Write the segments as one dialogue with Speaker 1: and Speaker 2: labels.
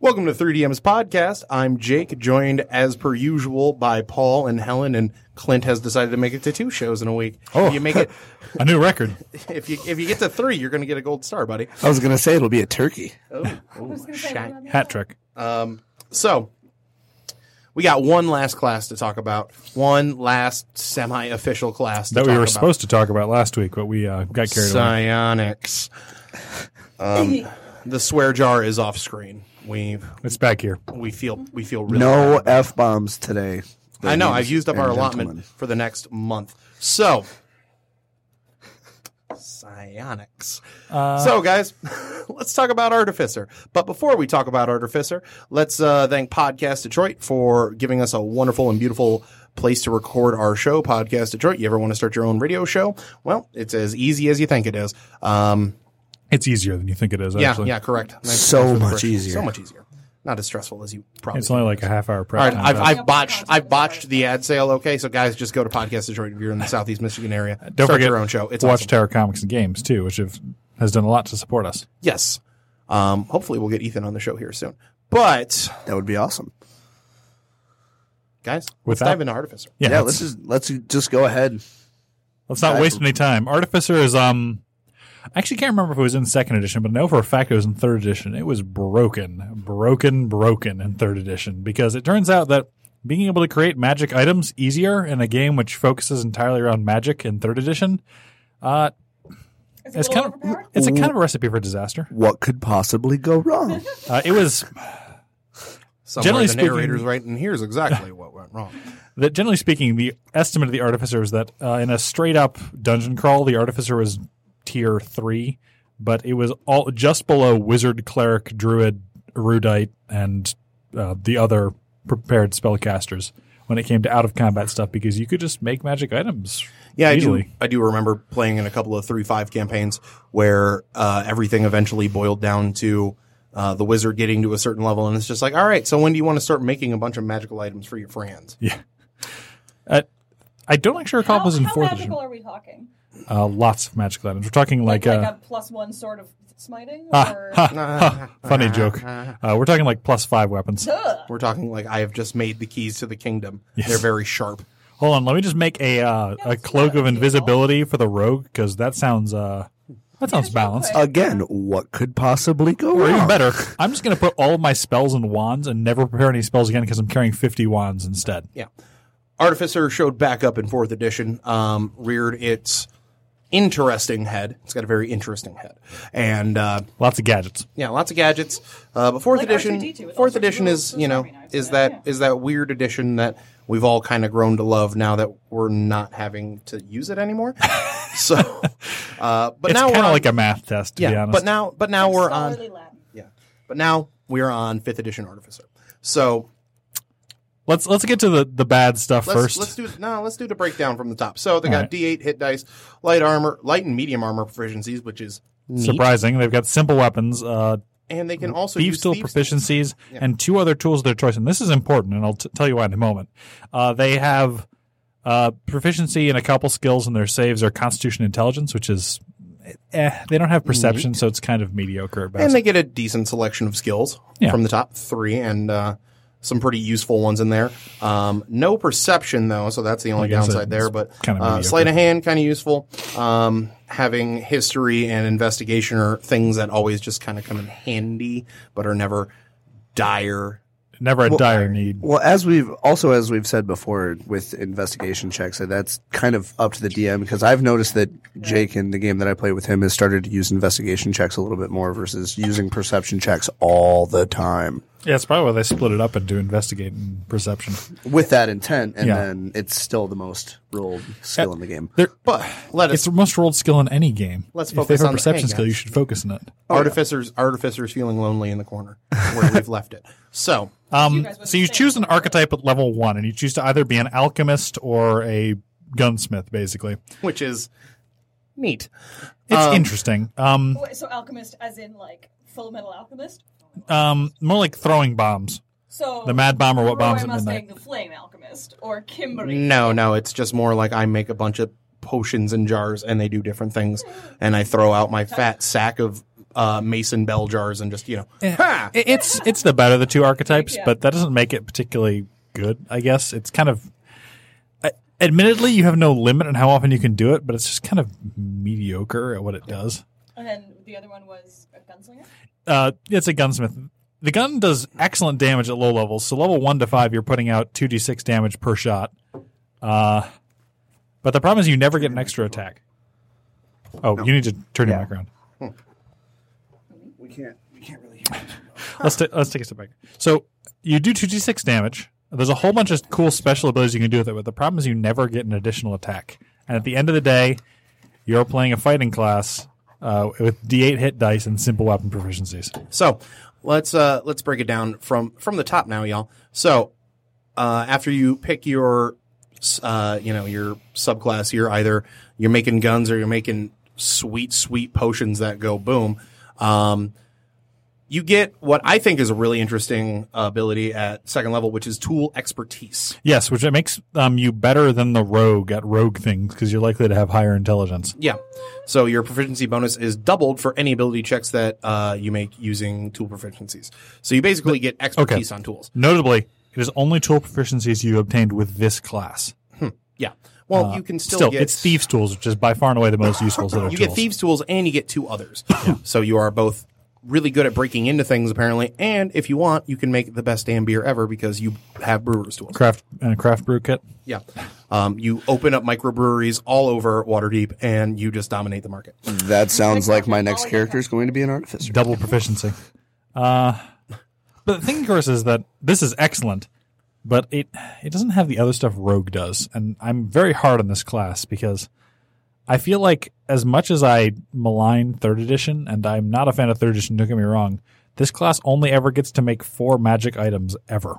Speaker 1: Welcome to 3DM's podcast. I'm Jake, joined as per usual by Paul and Helen, and Clint has decided to make it to two shows in a week.
Speaker 2: Oh.
Speaker 1: If you make it
Speaker 2: A new record.
Speaker 1: if you if you get to three, you're going to get a gold star, buddy.
Speaker 3: I was gonna say it'll be a turkey.
Speaker 1: Oh, Shite.
Speaker 2: Hat trick.
Speaker 1: So we got one last class to talk about, one last semi-official class to
Speaker 2: That
Speaker 1: talk
Speaker 2: we were
Speaker 1: about.
Speaker 2: supposed to talk about last week, but we uh, got carried away.
Speaker 1: psionics. Um, the swear jar is off screen. We
Speaker 2: It's back here.
Speaker 1: we feel we feel really bad.
Speaker 3: No f bombs today.
Speaker 1: I know.
Speaker 3: ladies
Speaker 1: I've used up
Speaker 3: and
Speaker 1: our allotment
Speaker 3: gentlemen.
Speaker 1: for the next month. So, psionics. so,
Speaker 3: Uh,
Speaker 1: guys, let's talk about Artificer. But before we talk about Artificer, let's uh, thank Podcast Detroit for giving us a wonderful and beautiful place to record our show, Podcast Detroit. You ever want to start your own radio show? Well, it's as easy as you think it is. Um,
Speaker 2: It's easier than you think it is,
Speaker 1: yeah,
Speaker 2: actually.
Speaker 1: yeah, correct. Thanks-
Speaker 3: So
Speaker 1: thanks for the
Speaker 3: much
Speaker 1: correction.
Speaker 3: easier.
Speaker 1: So much easier. Not as stressful as you probably.
Speaker 2: It's only like a half hour prep
Speaker 1: All right,
Speaker 2: time.
Speaker 1: I've,
Speaker 2: but-
Speaker 1: I've botched I've botched the ad sale. Okay, so guys, just go to Podcast Detroit if you're in the Southeast Michigan area.
Speaker 2: Don't
Speaker 1: Start
Speaker 2: forget
Speaker 1: your own show. It's awesome.
Speaker 2: Watchtower Comics and Games, too, which have, has done a lot to support us.
Speaker 1: yes. Um, hopefully, we'll get Ethan on the show here soon. But
Speaker 3: That would be awesome.
Speaker 1: guys, let's
Speaker 2: Without-
Speaker 1: dive into Artificer.
Speaker 2: Yeah,
Speaker 3: Yeah,
Speaker 2: let's,
Speaker 3: let's just let's just go ahead.
Speaker 2: let's not waste any time. Artificer is, um, I actually can't remember if it was in second edition, but I know for a fact it was in third edition. It was broken, broken, broken in third edition because it turns out that being able to create magic items easier in a game which focuses entirely around magic in third edition uh, It's kind of it's a kind of a recipe for disaster.
Speaker 3: What could possibly go wrong?
Speaker 2: Uh, it was
Speaker 1: Somewhere
Speaker 2: Generally
Speaker 1: the
Speaker 2: speaking-
Speaker 1: narrator's right, and here's exactly what went wrong.
Speaker 2: that generally speaking, the estimate of the artificer was that uh, in a straight up dungeon crawl, the artificer was tier three, but it was all just below wizard, cleric, druid, erudite, and uh, the other prepared spellcasters when it came to out of combat stuff because you could just make magic items.
Speaker 1: Yeah, I
Speaker 2: easily.
Speaker 1: do. I do remember playing in a couple of three five campaigns where uh, everything eventually boiled down to uh, the wizard getting to a certain level, and it's just like, all right, so when do you want to start making a bunch of magical items for your friends?
Speaker 2: I don't actually recall if it
Speaker 4: How,
Speaker 2: was in
Speaker 4: how
Speaker 2: fourth
Speaker 4: magical
Speaker 2: edition.
Speaker 4: are we talking?
Speaker 2: Uh, lots of magical items. We're talking like, uh,
Speaker 4: a plus one sort of smiting?
Speaker 1: Ah,
Speaker 4: or
Speaker 2: funny
Speaker 1: Uh-huh.
Speaker 2: joke. Uh, we're talking like plus five weapons.
Speaker 4: Ugh.
Speaker 1: We're talking like I have just made the keys to the kingdom. They're very sharp.
Speaker 2: Hold on, let me just make a uh, a cloak of invisibility for the rogue because that sounds uh that sounds balanced.
Speaker 3: Again, what could possibly go
Speaker 2: Or even
Speaker 3: wrong?
Speaker 2: better, I'm just gonna put all of my spells and wands and never prepare any spells again because I'm carrying 50 wands instead.
Speaker 1: Yeah. Artificer showed back up in fourth edition, um, reared its interesting head. It's got a very interesting head. And uh,
Speaker 2: Lots of gadgets.
Speaker 1: yeah, lots of gadgets. Uh, but fourth
Speaker 4: Like R2D2
Speaker 1: edition,
Speaker 4: with all
Speaker 1: fourth
Speaker 4: sorts of
Speaker 1: edition is
Speaker 4: little
Speaker 1: you know
Speaker 4: Swiss Army knives
Speaker 1: is
Speaker 4: in it,
Speaker 1: that is that weird edition that we've all kind of grown to love now that we're not having to use it anymore. so, uh, but
Speaker 2: It's
Speaker 1: now
Speaker 2: kind
Speaker 1: we're
Speaker 2: of
Speaker 1: on-
Speaker 2: like a math test, to be
Speaker 1: yeah,
Speaker 2: honest.
Speaker 1: but now but now we're on
Speaker 4: Scholarly Latin.
Speaker 1: yeah, but now we're on fifth edition Artificer. So
Speaker 2: let's let's get to the, the bad stuff
Speaker 1: let's,
Speaker 2: first.
Speaker 1: Let's do no. Let's do the breakdown from the top. So they got
Speaker 2: right.
Speaker 1: D8 hit dice, light armor, light and medium armor proficiencies, which is neat.
Speaker 2: Surprising, they've got simple weapons, uh,
Speaker 1: And they can also
Speaker 2: thieves
Speaker 1: use
Speaker 2: tool
Speaker 1: thieves-
Speaker 2: proficiencies, and two other tools of their choice. And this is important, and I'll t- tell you why in a moment. Uh, they have uh, proficiency in a couple skills, and their saves are Constitution Intelligence, which is eh, they don't have perception, so it's kind of mediocre at best.
Speaker 1: And they get a decent selection of skills
Speaker 2: Yeah.
Speaker 1: from the top three, and uh, some pretty useful ones in there. Um, no perception though, so that's the only
Speaker 2: guess
Speaker 1: downside
Speaker 2: that's
Speaker 1: there. But
Speaker 2: kinda
Speaker 1: uh,
Speaker 2: mediocre.
Speaker 1: sleight of hand kind of useful. Um, having history and investigation are things that always just kind of come in handy, but are never dire.
Speaker 2: Never a dire need.
Speaker 3: Well, as we've also as we've said before with investigation checks, that that's kind of up to the DM because I've noticed that Jake in the game that I play with him has started to use investigation checks a little bit more versus using perception checks all the time
Speaker 2: Yeah, it's probably why they split it up into investigate and perception.
Speaker 3: with that intent, and
Speaker 2: Yeah.
Speaker 3: then it's still the most rolled skill in the game.
Speaker 2: There,
Speaker 1: But let us
Speaker 2: it's the most rolled skill in any game.
Speaker 1: Let's
Speaker 2: if
Speaker 1: focus
Speaker 2: they have
Speaker 1: on
Speaker 2: a
Speaker 1: the
Speaker 2: perception
Speaker 1: hang,
Speaker 2: skill, you
Speaker 1: guys.
Speaker 2: should focus on that.
Speaker 1: artificers artificers feeling lonely in the corner where we've left it. So
Speaker 2: Um,
Speaker 4: guys wouldn't
Speaker 2: so you
Speaker 4: say
Speaker 2: choose an
Speaker 4: it, right?
Speaker 2: archetype at level one, and you choose to either be an alchemist or a gunsmith. Basically,
Speaker 1: which is neat.
Speaker 2: it's interesting. Um,
Speaker 4: Wait, so alchemist, as in like Full Metal Alchemist.
Speaker 2: um, more like throwing bombs.
Speaker 4: So
Speaker 2: The Mad Bomber, what
Speaker 4: Roy
Speaker 2: bombs at
Speaker 4: Mustang,
Speaker 2: midnight?
Speaker 4: the Flame Alchemist, or Kimberly.
Speaker 1: No, no, it's just more like I make a bunch of potions and jars and they do different things and I throw out my fat sack of uh, mason bell jars and just, you know, ha!
Speaker 2: It- It's it's the better of the two archetypes,
Speaker 4: Yeah.
Speaker 2: but that doesn't make it particularly good. I guess it's kind of. I- Admittedly, you have no limit on how often you can do it, but it's just kind of mediocre at what it does.
Speaker 4: And then the other one was a gunslinger.
Speaker 2: Uh, it's a gunsmith. The gun does excellent damage at low levels. So level one to five, you're putting out two d six damage per shot. Uh, but the problem is you never get an extra attack. Oh, you need to turn your mic around.
Speaker 3: We can't. We can't really.
Speaker 2: let's ta- let's take a step back. So you do two d six damage. There's a whole bunch of cool special abilities you can do with it, but the problem is you never get an additional attack. And at the end of the day, you're playing a fighting class uh, with d8 hit dice and simple weapon proficiencies.
Speaker 1: So let's uh let's break it down from from the top now, y'all. So uh, after you pick your uh, you know your subclass, you're either you're making guns or you're making sweet sweet potions that go boom. Um, you get what I think is a really interesting ability at second level, which is tool expertise.
Speaker 2: Yes, which it makes um, you better than the rogue at rogue things because you're likely to have higher intelligence.
Speaker 1: Yeah. So your proficiency bonus is doubled for any ability checks that uh, you make using tool proficiencies. So you basically get expertise on tools.
Speaker 2: Notably, it is only tool proficiencies you obtained with this class.
Speaker 1: Yeah. Well, you can still,
Speaker 2: Uh, Still,
Speaker 1: get
Speaker 2: it's thieves' tools, which is by far and away the most useful set of
Speaker 1: you
Speaker 2: tools.
Speaker 1: get thieves tools and you get two others so you are both really good at breaking into things apparently and if you want you can make the best damn beer ever because you have brewer's tools
Speaker 2: craft and a craft brew kit.
Speaker 1: yeah um, you open up microbreweries all over waterdeep and you just dominate the market
Speaker 3: That sounds like my next character is going to be an artificer.
Speaker 2: double proficiency. Uh, but the thing, of course, is that this is excellent, but it it doesn't have the other stuff Rogue does, and I'm very hard on this class because I feel like as much as I malign third edition, and I'm not a fan of third edition. Don't get me wrong. This class only ever gets to make four magic items ever.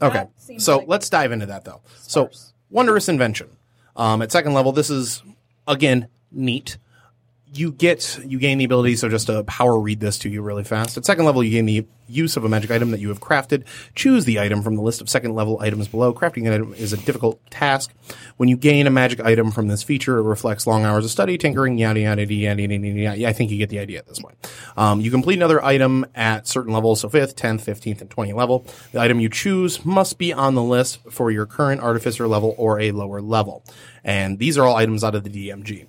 Speaker 1: okay
Speaker 4: That seems
Speaker 1: so
Speaker 4: like-
Speaker 1: let's dive into that though so wondrous invention um, at second level this is again neat you get you gain the ability so just to power read this to you really fast at second level you gain the use of a magic item that you have crafted choose the item from the list of second level items below crafting an item is a difficult task when you gain a magic item from this feature it reflects long hours of study tinkering yada yada yada yada yada, yada, yada. Yeah, i think you get the idea at this point um, you complete another item at certain levels so 5th 10th 15th and 20th level the item you choose must be on the list for your current artificer level or a lower level and these are all items out of the dmg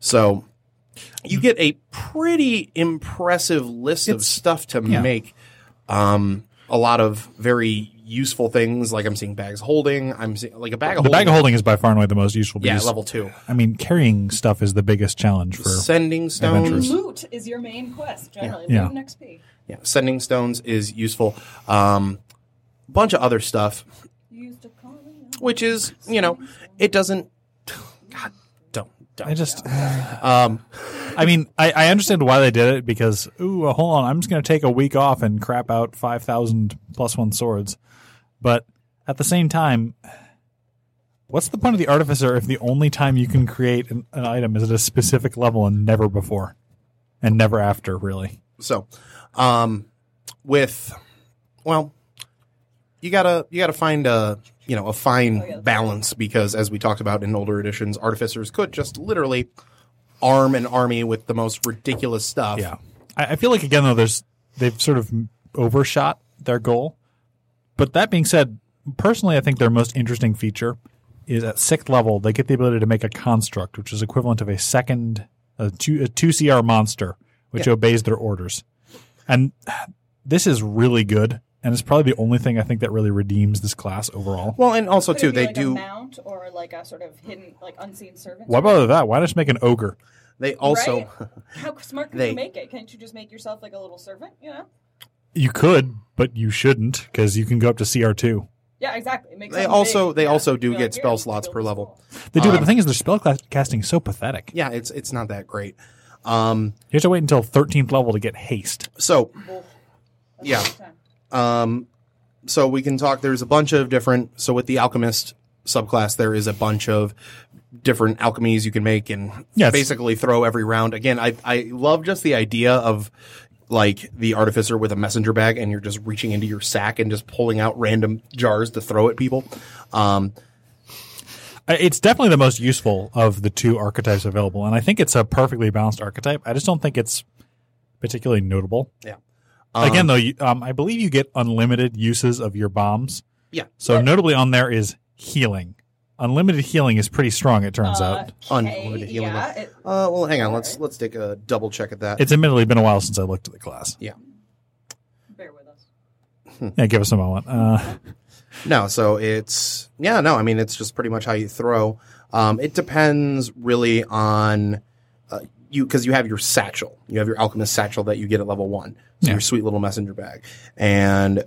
Speaker 1: so you get a pretty impressive list of stuff to make. Um, a lot of very useful things. Like I'm seeing bags holding. I'm seeing like a bag of
Speaker 2: The
Speaker 1: holding.
Speaker 2: bag of holding is by far and away the most useful.
Speaker 1: yeah,
Speaker 2: because-
Speaker 1: level two.
Speaker 2: I mean, carrying stuff is the biggest challenge for.
Speaker 1: Sending stones.
Speaker 4: Loot is your main quest generally.
Speaker 2: Yeah.
Speaker 4: Loot and XP.
Speaker 1: Yeah, sending stones is useful. Um, bunch of other stuff,
Speaker 4: You used a calling.
Speaker 1: which is you know, it doesn't. God, don't don't.
Speaker 2: I just
Speaker 1: um,
Speaker 2: I mean, I, I understand why they did it because, ooh, uh, hold on, I'm just going to take a week off and crap out 5,000 plus one swords. But at the same time, what's the point of the artificer if the only time you can create an, an item is at a specific level and never before? And never after, really.
Speaker 1: So, um, with well, you gotta you gotta find a you know a
Speaker 4: Oh,
Speaker 1: fine balance because as we talked about in older editions, artificers could just literally arm an army with the most ridiculous stuff.
Speaker 2: Yeah, I, I feel like again though, there's they've sort of overshot their goal But that being said, personally, I think their most interesting feature is at sixth level they get the ability to make a construct, which is equivalent of a second a two a two CR monster, which obeys their orders. And this is really good, and it's probably the only thing I think that really redeems this class overall.
Speaker 1: Well, and also
Speaker 4: Could
Speaker 1: too,
Speaker 4: it be
Speaker 1: they
Speaker 4: like a
Speaker 1: do.
Speaker 4: mount or like a sort of hidden, like unseen servant.
Speaker 2: Why bother that? Why just make an ogre?
Speaker 1: They also.
Speaker 4: Right? How smart can
Speaker 1: They-
Speaker 4: you make it? Can't you just make yourself like a little servant? You know?
Speaker 2: You could, but you shouldn't, because you can go up to CR two.
Speaker 4: Yeah, exactly. Make
Speaker 1: They
Speaker 4: something
Speaker 1: also-
Speaker 4: big.
Speaker 1: they
Speaker 4: Yeah.
Speaker 1: also do
Speaker 4: Be
Speaker 1: get
Speaker 4: "Here,
Speaker 1: spell
Speaker 4: you can
Speaker 1: slots
Speaker 4: build
Speaker 1: per
Speaker 4: this
Speaker 1: level."
Speaker 4: wall."
Speaker 2: They do, but the thing is, their spell cla- casting is so pathetic.
Speaker 1: Yeah, it's it's not that great. Um.
Speaker 2: You have to wait until thirteenth level to get haste.
Speaker 1: So
Speaker 4: Bull. That's
Speaker 1: Yeah.
Speaker 4: all the time.
Speaker 1: Um, so we can talk. There's a bunch of different. So with the alchemist subclass, there is a bunch of different alchemies you can make and
Speaker 2: Yes.
Speaker 1: basically throw every round. Again, I I love just the idea of like the artificer with a messenger bag and you're just reaching into your sack and just pulling out random jars to throw at people. Um,
Speaker 2: I- It's definitely the most useful of the two archetypes available, and I think it's a perfectly balanced archetype. I just don't think it's particularly notable.
Speaker 1: yeah.
Speaker 2: Again, though, you, um, I believe you get unlimited uses of your bombs.
Speaker 1: Yeah.
Speaker 2: So notably on there is healing. Unlimited healing is pretty strong. It turns out.
Speaker 4: Uh, Okay,
Speaker 1: Unlimited healing.
Speaker 4: Yeah, it,
Speaker 1: Uh, well, hang on. Let's let's take a double check at that.
Speaker 2: It's admittedly been a while since I looked at the class.
Speaker 1: yeah.
Speaker 4: bear with us.
Speaker 1: Hmm.
Speaker 2: Yeah, give us a moment. Uh,
Speaker 1: No, so it's yeah, no. I mean, it's just pretty much how you throw. Um, it depends really on uh, you because you have your satchel, you have your alchemist satchel that you get at level one, so
Speaker 2: Yeah.
Speaker 1: your sweet little messenger bag, and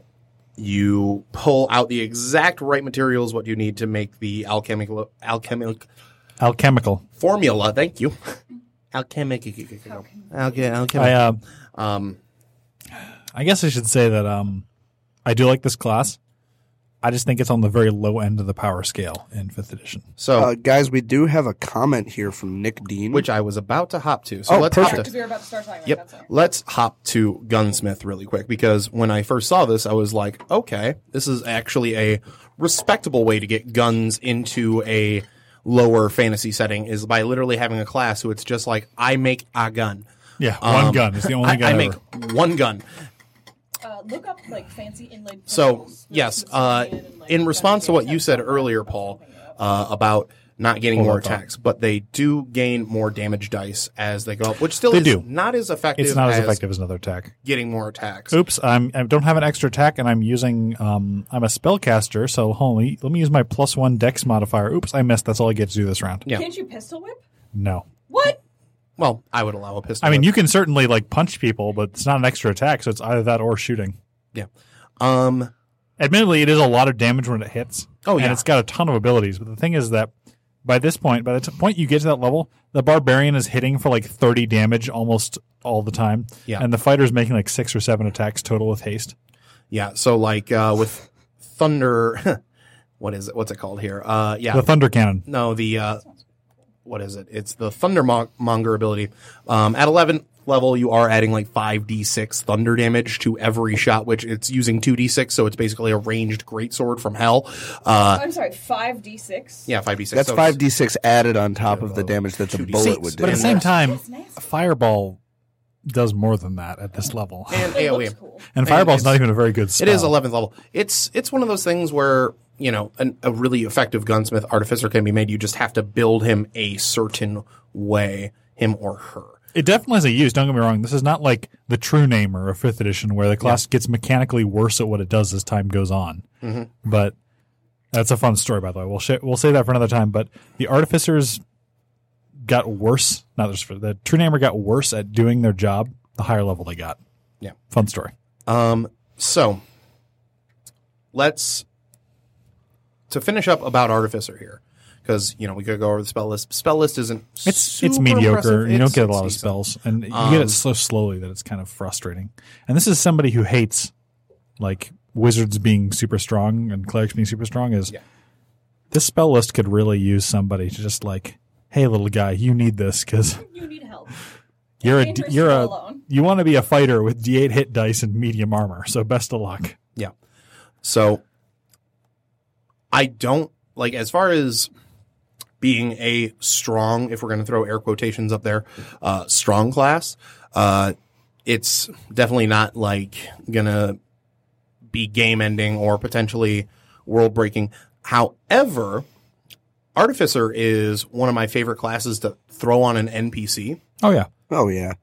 Speaker 1: you pull out the exact right materials what you need to make the alchemical alchemical
Speaker 2: alchemical.
Speaker 1: formula. Thank you, alchemical alchemical.
Speaker 2: I
Speaker 1: alchemical.
Speaker 2: uh,
Speaker 1: Um,
Speaker 2: I guess I should say that um, I do like this class. I just think it's on the very low end of the power scale in fifth edition.
Speaker 1: so
Speaker 3: Uh, guys, we do have a comment here from Nick Dean.
Speaker 1: which I was about to hop to. So
Speaker 3: Oh,
Speaker 1: let's hop
Speaker 3: perfect.
Speaker 1: to
Speaker 4: Because we were about to start talking about
Speaker 1: Yep.
Speaker 4: gunslinger.
Speaker 1: Let's hop to Gunsmith really quick because when I first saw this, I was like, okay, this is actually a respectable way to get guns into a lower fantasy setting is by literally having a class who it's just like, I make a gun.
Speaker 2: Yeah, one
Speaker 1: Um,
Speaker 2: gun is the only
Speaker 1: I,
Speaker 2: gun
Speaker 1: I
Speaker 2: ever.
Speaker 1: make one gun.
Speaker 4: Uh, look up like fancy inlaid.
Speaker 1: So
Speaker 4: pearls.
Speaker 1: yes,
Speaker 4: There's
Speaker 1: uh,
Speaker 4: some and, like,
Speaker 1: in response to
Speaker 4: fancy
Speaker 1: what you said
Speaker 4: accents.
Speaker 1: earlier, Paul, uh, about not getting more
Speaker 2: that thought.
Speaker 1: attacks, but they do gain more damage dice as they go up, which still
Speaker 2: They
Speaker 1: is
Speaker 2: do.
Speaker 1: not as effective.
Speaker 2: It's not as effective as another attack.
Speaker 1: getting more attacks.
Speaker 2: Oops, I'm, I don't have an extra attack, and I'm using um, I'm a spellcaster, so holy, let me use my plus one dex modifier. Oops, I missed. That's all I get to do this round.
Speaker 1: Yeah.
Speaker 4: Can't you pistol whip?
Speaker 2: No,
Speaker 4: What?
Speaker 1: Well, I would allow a pistol.
Speaker 2: I mean
Speaker 1: whip.
Speaker 2: you can certainly like punch people, but it's not an extra attack, so it's either that or shooting.
Speaker 1: um,
Speaker 2: Admittedly, it is a lot of damage when it hits.
Speaker 1: Oh, yeah.
Speaker 2: and it's got a ton of abilities. But the thing is that by this point, by the t- point you get to that level, the barbarian is hitting for like thirty damage almost all the time.
Speaker 1: Yeah.
Speaker 2: and the fighter is making like six or seven attacks total with haste.
Speaker 1: yeah. So like uh, with thunder, what is it? What's it called here? Uh, yeah.
Speaker 2: The thunder cannon.
Speaker 1: no, the uh, what is it? It's the thundermonger ability. Um, at 11th level, you are adding like 5d6 thunder damage to every shot, which it's using 2d6, so it's basically a ranged greatsword from hell. Uh,
Speaker 4: I'm sorry, five d six.
Speaker 1: yeah, 5d6.
Speaker 3: that's
Speaker 1: so
Speaker 3: five
Speaker 1: it's-
Speaker 3: d six added on top of the damage that the
Speaker 1: 2d6,
Speaker 3: bullet would do.
Speaker 2: But at the same time,
Speaker 4: That's nasty.
Speaker 2: Fireball does more than that at this level.
Speaker 1: and E.
Speaker 4: It
Speaker 1: AoE.
Speaker 4: looks cool.
Speaker 2: And Fireball's
Speaker 1: it's-
Speaker 2: not even a very good spell.
Speaker 1: It is 11th level. It's it's one of those things where you know an, a really effective gunsmith artificer can be made. You just have to build him a certain way, him or her.
Speaker 2: It definitely has a use. Don't get me wrong. This is not like the True Namer of Fifth Edition, where the class gets mechanically worse at what it does as time goes on. But that's a fun story, by the way. We'll sh- we'll say that for another time. But the artificers got worse. Not just for the True Namer got worse at doing their job. The higher level they got.
Speaker 1: Yeah.
Speaker 2: fun story.
Speaker 1: Um, so let's to finish up about artificer here because you know we could go over the spell list. Spell list isn't
Speaker 2: It's it's
Speaker 1: super
Speaker 2: mediocre.
Speaker 1: impressive.
Speaker 2: You
Speaker 1: It's-
Speaker 2: don't get a
Speaker 1: it's
Speaker 2: lot of
Speaker 1: decent.
Speaker 2: spells, and you
Speaker 1: Um,
Speaker 2: get it so slowly that it's kind of frustrating. And this is somebody who hates like wizards being super strong and clerics being super strong. Is
Speaker 1: Yeah.
Speaker 2: this spell list could really use somebody to just like, hey, little guy, you need this because
Speaker 4: You need help.
Speaker 2: you're a
Speaker 4: Dangerous
Speaker 2: d- you're
Speaker 4: all
Speaker 2: a
Speaker 4: alone.
Speaker 2: you want to be a fighter with d8 hit dice and medium armor. So best of luck.
Speaker 1: Yeah. So I don't like as far as being a strong, if we're going to throw air quotations up there, uh, strong class. Uh, it's definitely not like gonna be game ending or potentially world breaking. However, Artificer is one of my favorite classes to throw on an NPC.
Speaker 2: Oh yeah.
Speaker 3: Oh yeah.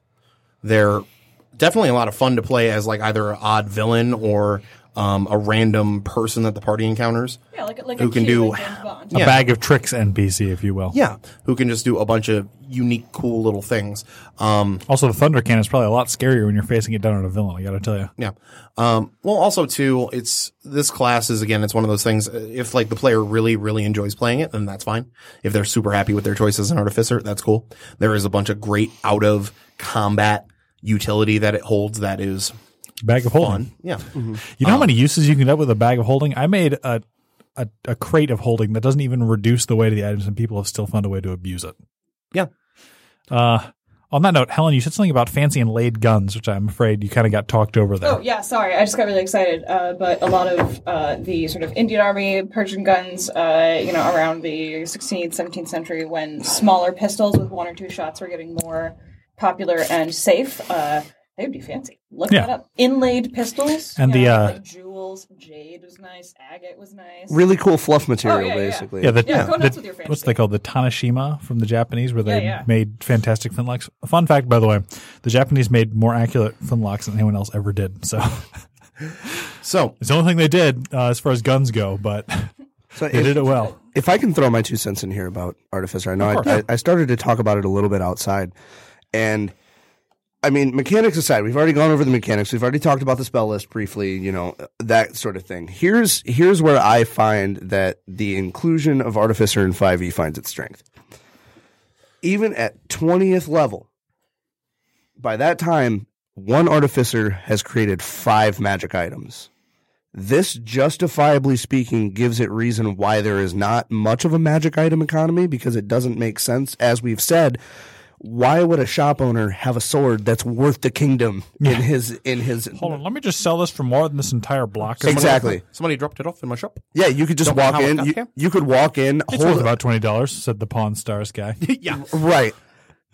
Speaker 1: They're definitely a lot of fun to play as like either an odd villain or um, a random person that the party encounters.
Speaker 4: Yeah, like like
Speaker 1: Who
Speaker 4: a
Speaker 1: can
Speaker 4: kid,
Speaker 1: do-
Speaker 4: like James Bond.
Speaker 2: A bag of tricks NPC, if you will.
Speaker 1: Yeah, who can just do a bunch of unique, cool little things. Um,
Speaker 2: Also, the thunder cannon is probably a lot scarier when you're facing it down on a villain. I got to tell you.
Speaker 1: Yeah. Um, well, also too, it's this class is again, it's one of those things. uh, If like the player really, really enjoys playing it, then that's fine. If they're super happy with their choice as an artificer, that's cool. There is a bunch of great out of combat utility that it holds. That is
Speaker 2: Bag of holding.
Speaker 1: fun. Yeah.
Speaker 2: You know how many uses you can get up with a bag of holding? I made a, a a crate of holding that doesn't even reduce the weight of the items, and people have still found a way to abuse it.
Speaker 1: Yeah.
Speaker 2: Uh, on that note, Helen, you said something about fancy and laid guns, which I'm afraid you kind of got talked over there.
Speaker 4: Oh yeah, sorry, I just got really excited. Uh, but a lot of uh, the sort of Indian Army Persian guns, uh, you know, around the 16th, 17th century, when smaller pistols with one or two shots were getting more popular and safe, uh, they would be fancy. Look
Speaker 2: Yeah.
Speaker 4: that up. Inlaid pistols
Speaker 2: And
Speaker 4: you
Speaker 2: the,
Speaker 4: know,
Speaker 2: uh,
Speaker 4: like jewels, jade was nice, agate was nice.
Speaker 3: Really cool fluff material,
Speaker 4: Oh, yeah, yeah.
Speaker 3: basically.
Speaker 2: Yeah, the,
Speaker 4: Yeah, go nuts
Speaker 2: the-
Speaker 4: with your fancy.
Speaker 2: what's they called? The Tanashima from the Japanese, where they
Speaker 4: Yeah, yeah.
Speaker 2: made fantastic finlocks. Fun fact, by the way, the Japanese made more accurate finlocks than anyone else ever did. So
Speaker 1: So
Speaker 2: it's the only thing they did uh, as far as guns go, but
Speaker 3: So
Speaker 2: they did
Speaker 3: if,
Speaker 2: it well.
Speaker 3: if I can throw my two cents in here about Artificer, I know
Speaker 2: course.
Speaker 3: I, I, I started to talk about it a little bit outside, and I mean mechanics aside, we've already gone over the mechanics. We've already talked about the spell list briefly, you know that sort of thing. Here's here's where I find that the inclusion of Artificer in Five E finds its strength. Even at twentieth level, by that time, one Artificer has created five magic items. This justifiably speaking gives it reason why there is not much of a magic item economy because it doesn't make sense. As we've said, why would a shop owner have a sword that's worth the kingdom in his in his
Speaker 2: Hold on, let me just sell this for more than this entire block.
Speaker 3: Exactly.
Speaker 1: somebody dropped it off in my shop.
Speaker 3: Yeah, you could just
Speaker 1: Don't know
Speaker 3: walk
Speaker 1: how it
Speaker 3: in.
Speaker 1: got
Speaker 3: You,
Speaker 1: here.
Speaker 3: you could walk in,
Speaker 2: It's worth
Speaker 3: hold
Speaker 2: about twenty dollars," said the Pawn Stars guy.
Speaker 1: Yeah.
Speaker 3: right.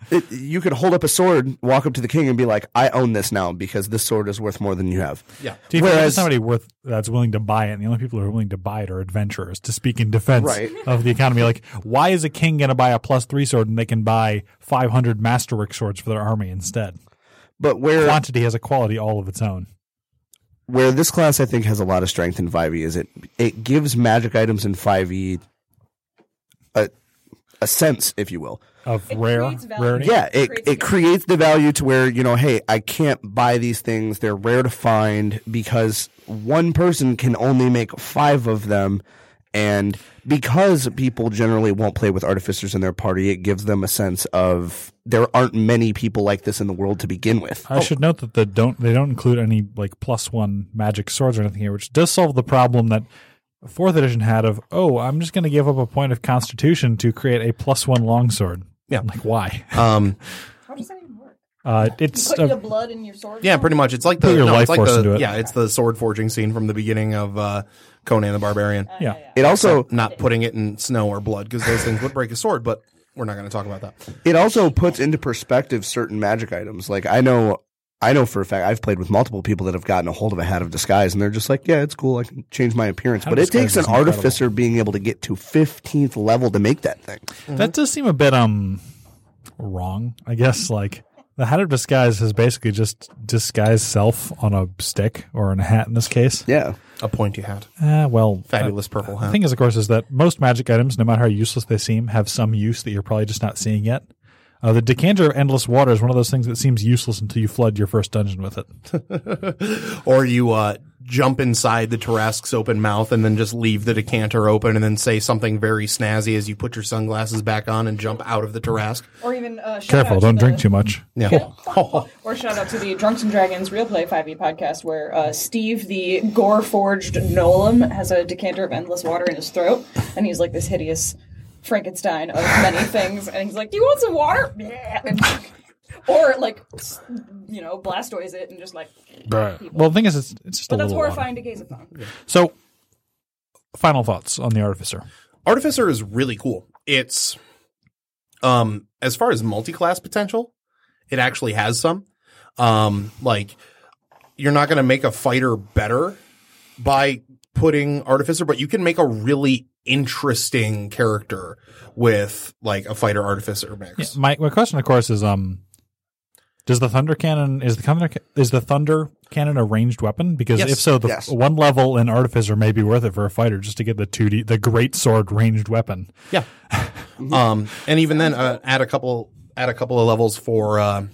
Speaker 3: It, you could hold up a sword, walk up to the king, and be like, "I own this now because this sword is worth more than you have."
Speaker 1: Yeah.
Speaker 2: Dude,
Speaker 3: Whereas-
Speaker 2: Whereas somebody worth that's willing to buy it, and the only people who are willing to buy it are adventurers to speak in defense
Speaker 3: Right.
Speaker 2: of the economy. Like, why is a king going to buy a plus three sword and they can buy five hundred masterwork swords for their army instead?
Speaker 3: But where
Speaker 2: Quantity has a quality all of its own.
Speaker 3: where this class I think has a lot of strength in 5e is it it gives magic items in 5e a a sense, if you will.
Speaker 2: Of
Speaker 4: It
Speaker 2: rare
Speaker 4: creates value.
Speaker 2: rarity.
Speaker 3: Yeah, it
Speaker 4: Creates
Speaker 3: it
Speaker 4: the-
Speaker 3: creates the value to where, you know, hey, I can't buy these things. They're rare to find because one person can only make 5 of them and because people generally won't play with artificers in their party, it gives them a sense of there aren't many people like this in the world to begin with.
Speaker 2: I should note that the don't they don't include any like plus one magic swords or anything here, which does solve the problem that fourth edition had of oh, I'm just going to give up a point of constitution to create a plus one longsword.
Speaker 1: Yeah.
Speaker 2: like why?
Speaker 1: Um,
Speaker 4: How does that even work?
Speaker 2: Uh, it's
Speaker 4: Put your
Speaker 2: uh,
Speaker 4: blood in your sword.
Speaker 1: yeah, pretty much. It's like the,
Speaker 2: Put your
Speaker 1: no,
Speaker 2: life
Speaker 1: it's like
Speaker 2: force
Speaker 1: the-
Speaker 2: into it.
Speaker 1: yeah, it's the sword forging scene from the beginning of, uh, Conan the Barbarian.
Speaker 2: yeah.
Speaker 3: It also
Speaker 1: Not putting it in snow or blood because those things would break a sword, but we're not going to talk about that.
Speaker 3: it also puts into perspective certain magic items. Like I know, I know for a fact I've played with multiple people that have gotten a hold of a hat of disguise, and they're just like, "Yeah, it's cool. I can change my appearance."
Speaker 2: Hat of
Speaker 3: but it
Speaker 2: disguise
Speaker 3: takes an
Speaker 2: is incredible.
Speaker 3: artificer being able to get to fifteenth level to make that thing.
Speaker 2: That does seem a bit um wrong, I guess. Like the hat of disguise is basically just disguise self on a stick or in a hat in this case.
Speaker 3: Yeah,
Speaker 1: A pointy hat.
Speaker 2: Uh, well,
Speaker 1: Fabulous purple
Speaker 2: The
Speaker 1: hat.
Speaker 2: thing is, of course, is that most magic items, no matter how useless they seem, have some use that you're probably just not seeing yet. Uh, the decanter of endless water is one of those things that seems useless until you flood your first dungeon with it.
Speaker 1: or you uh, jump inside the Tarasque's open mouth and then just leave the decanter open and then say something very snazzy as you put your sunglasses back on and jump out of the Tarasque.
Speaker 4: Or even uh, shout out
Speaker 2: Careful,
Speaker 4: to
Speaker 2: don't
Speaker 4: the-
Speaker 2: drink too much.
Speaker 1: Yeah.
Speaker 4: Or shout out to the Drunks and Dragons Real Play 5e podcast, where uh, Steve, the gore forged Nolam, has a decanter of endless water in his throat, and he's like this hideous Frankenstein of many things, and he's like, Do you want some water? Yeah. And- or, like, s- you know, blastoise it and just like. people.
Speaker 2: Well, the thing is, it's, it's just a
Speaker 4: but that's
Speaker 2: little water.
Speaker 4: horrifying to gaze upon.
Speaker 2: So, final thoughts on the artificer.
Speaker 1: Artificer is really cool. It's um as far as multi-class potential, it actually has some. Um like you're not going to make a fighter better by putting artificer, but you can make a really interesting character with like a fighter artificer mix.
Speaker 2: Yeah, my my question, of course, is um, does the thunder cannon is the thunder ca- is the thunder cannon a ranged weapon? Because
Speaker 1: Yes.
Speaker 2: if so, the
Speaker 3: Yes.
Speaker 2: one level in artificer may be worth it for a fighter just to get the two D the great sword ranged weapon.
Speaker 1: Yeah. um, and even then, uh, add a couple, add a couple of levels for, uh,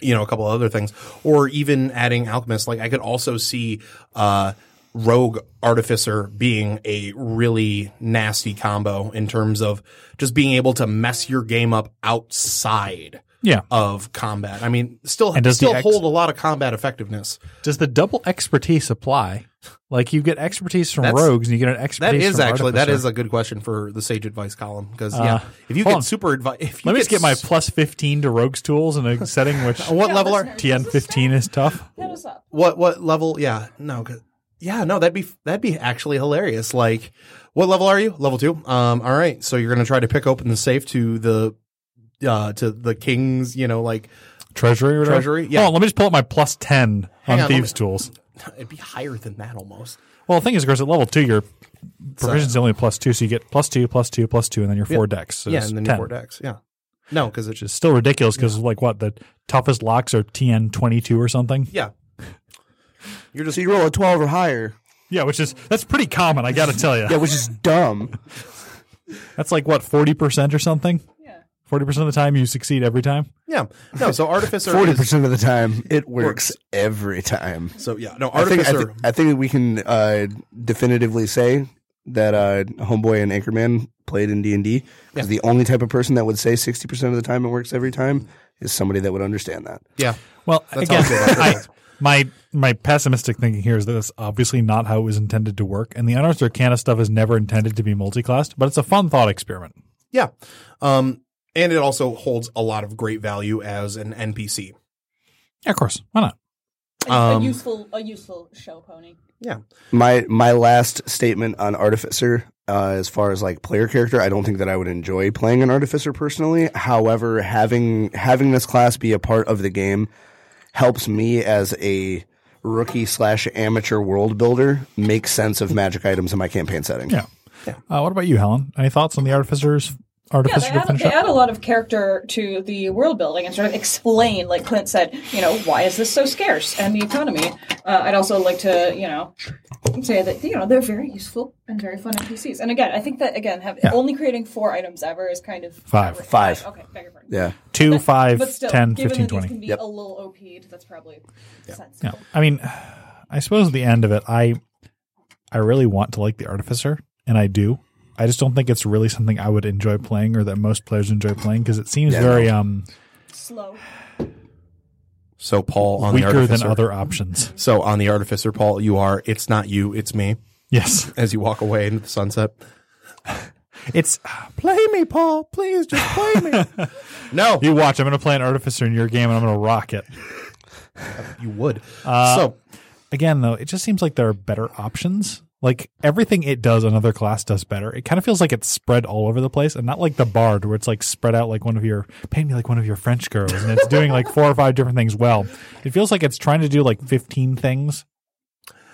Speaker 1: you know, a couple of other things, or even adding alchemist. Like I could also see, uh, rogue artificer being a really nasty combo in terms of just being able to mess your game up outside
Speaker 2: Yeah.
Speaker 1: of combat. I mean, still,
Speaker 2: And does the
Speaker 1: still
Speaker 2: ex-
Speaker 1: hold a lot of combat effectiveness.
Speaker 2: Does the double expertise apply? Like you get expertise from
Speaker 1: That's-
Speaker 2: rogues and you get an
Speaker 1: That
Speaker 2: expertise.
Speaker 1: is
Speaker 2: from
Speaker 1: actually that
Speaker 2: artificer.
Speaker 1: is a good question for the sage advice column because yeah,
Speaker 2: Uh,
Speaker 1: if you
Speaker 2: hold
Speaker 1: get
Speaker 2: on.
Speaker 1: super advice, if you
Speaker 2: Let me just get my
Speaker 1: s-
Speaker 2: plus fifteen to rogues tools in a setting which
Speaker 1: what
Speaker 4: Yeah,
Speaker 1: level are
Speaker 4: listeners,
Speaker 2: TN fifteen is tough.
Speaker 4: Hit us up.
Speaker 1: What what level? Yeah, no, 'cause- yeah, no. That'd be that'd be actually hilarious. Like, what level are you? Level two. Um, all right. So you're gonna try to pick open the safe to the uh to the king's. You know, like
Speaker 2: Treasury or whatever?
Speaker 1: Treasury, yeah.
Speaker 2: Hold on, let me just pull up my plus ten
Speaker 1: Hang
Speaker 2: on,
Speaker 1: on, let
Speaker 2: thieves
Speaker 1: me-
Speaker 2: tools.
Speaker 1: it'd be higher than that almost.
Speaker 2: Well, the thing is, of course, at level two, your proficiency is only plus two, so you get plus two, plus two, plus two, and then your four decks. So
Speaker 1: uh, yeah,
Speaker 2: it's
Speaker 1: and then
Speaker 2: 10,
Speaker 1: your four decks. Yeah. No, because it's
Speaker 2: Which
Speaker 1: just
Speaker 2: is still ridiculous because, like, what the toughest locks are TN twenty two or something.
Speaker 1: yeah. You're just
Speaker 3: So you roll a 12 or higher.
Speaker 2: Yeah, which is that's pretty common. I got to tell you,
Speaker 3: Yeah, which is dumb.
Speaker 2: that's like what forty percent or something.
Speaker 4: Yeah.
Speaker 2: Forty percent of the time you succeed every time.
Speaker 1: yeah. No, so artificer. 40%.
Speaker 3: 40% of the time, it works,
Speaker 1: Works.
Speaker 3: every time.
Speaker 1: so yeah, no
Speaker 3: I
Speaker 1: artificer.
Speaker 3: think, I, thi- I think we can uh, definitively say that uh, Homeboy and Anchorman played in D&D. Because the only type of person that would say 60% of the time it works every time is somebody that would understand that.
Speaker 1: yeah.
Speaker 2: Well,
Speaker 1: how I
Speaker 2: again,
Speaker 1: feel about
Speaker 2: I, my my pessimistic thinking here is that that's obviously not how it was intended to work, and the Unearthed Arcana stuff is never intended to be multiclassed, but it's a fun thought experiment.
Speaker 1: Yeah. Um, and it also holds a lot of great value as an NPC.
Speaker 2: Yeah, of course. Why not?
Speaker 4: A,
Speaker 1: Um,
Speaker 4: a useful, a useful show pony.
Speaker 1: Yeah.
Speaker 3: My my last statement on Artificer, uh, as far as like player character, I don't think that I would enjoy playing an Artificer personally. However, having having this class be a part of the game helps me as a rookie slash amateur world builder make sense of magic items in my campaign setting.
Speaker 2: Yeah. Uh, what about you, Helen? Any thoughts on the artificers?
Speaker 4: Yeah, they
Speaker 2: Artificer to
Speaker 4: add,
Speaker 2: finish
Speaker 4: they
Speaker 2: up?
Speaker 4: add a lot of character to the world building and sort of explain, like Clint said, you know, why is this so scarce and the economy. Uh, I'd also like to, you know, say that you know they're very useful and very fun NPCs. And again, I think that again, have only creating four items ever is kind of
Speaker 2: Five.
Speaker 3: Five.
Speaker 4: Okay, beg your pardon.
Speaker 3: Yeah.
Speaker 2: Two, five,
Speaker 4: But still,
Speaker 2: 10, 15,
Speaker 4: given that these
Speaker 2: 20.
Speaker 4: can be
Speaker 3: Yep.
Speaker 4: a little OP'd, that's probably sensible.
Speaker 2: Yeah. I mean, I suppose at the end of it, I I really want to like the artificer, and I do. I just don't think it's really something I would enjoy playing or that most players enjoy playing because it seems very um
Speaker 4: Slow.
Speaker 1: So Paul on the
Speaker 2: weaker
Speaker 1: artificer.
Speaker 2: than other options.
Speaker 1: So on the artificer, Paul, you are. It's not you. It's me.
Speaker 2: Yes.
Speaker 1: As you walk away into the sunset,
Speaker 2: It's
Speaker 1: play me, Paul. Please just play me. no,
Speaker 2: you watch, I'm gonna play an artificer in your game and I'm gonna rock it.
Speaker 1: you would. so
Speaker 2: Again though, it just seems like there are better options. Like everything it does, another class does better. It kind of feels like it's spread all over the place, and not like the bard where it's like spread out like one of your paint me like one of your French girls, and it's doing like four or five different things well. It feels like it's trying to do like fifteen things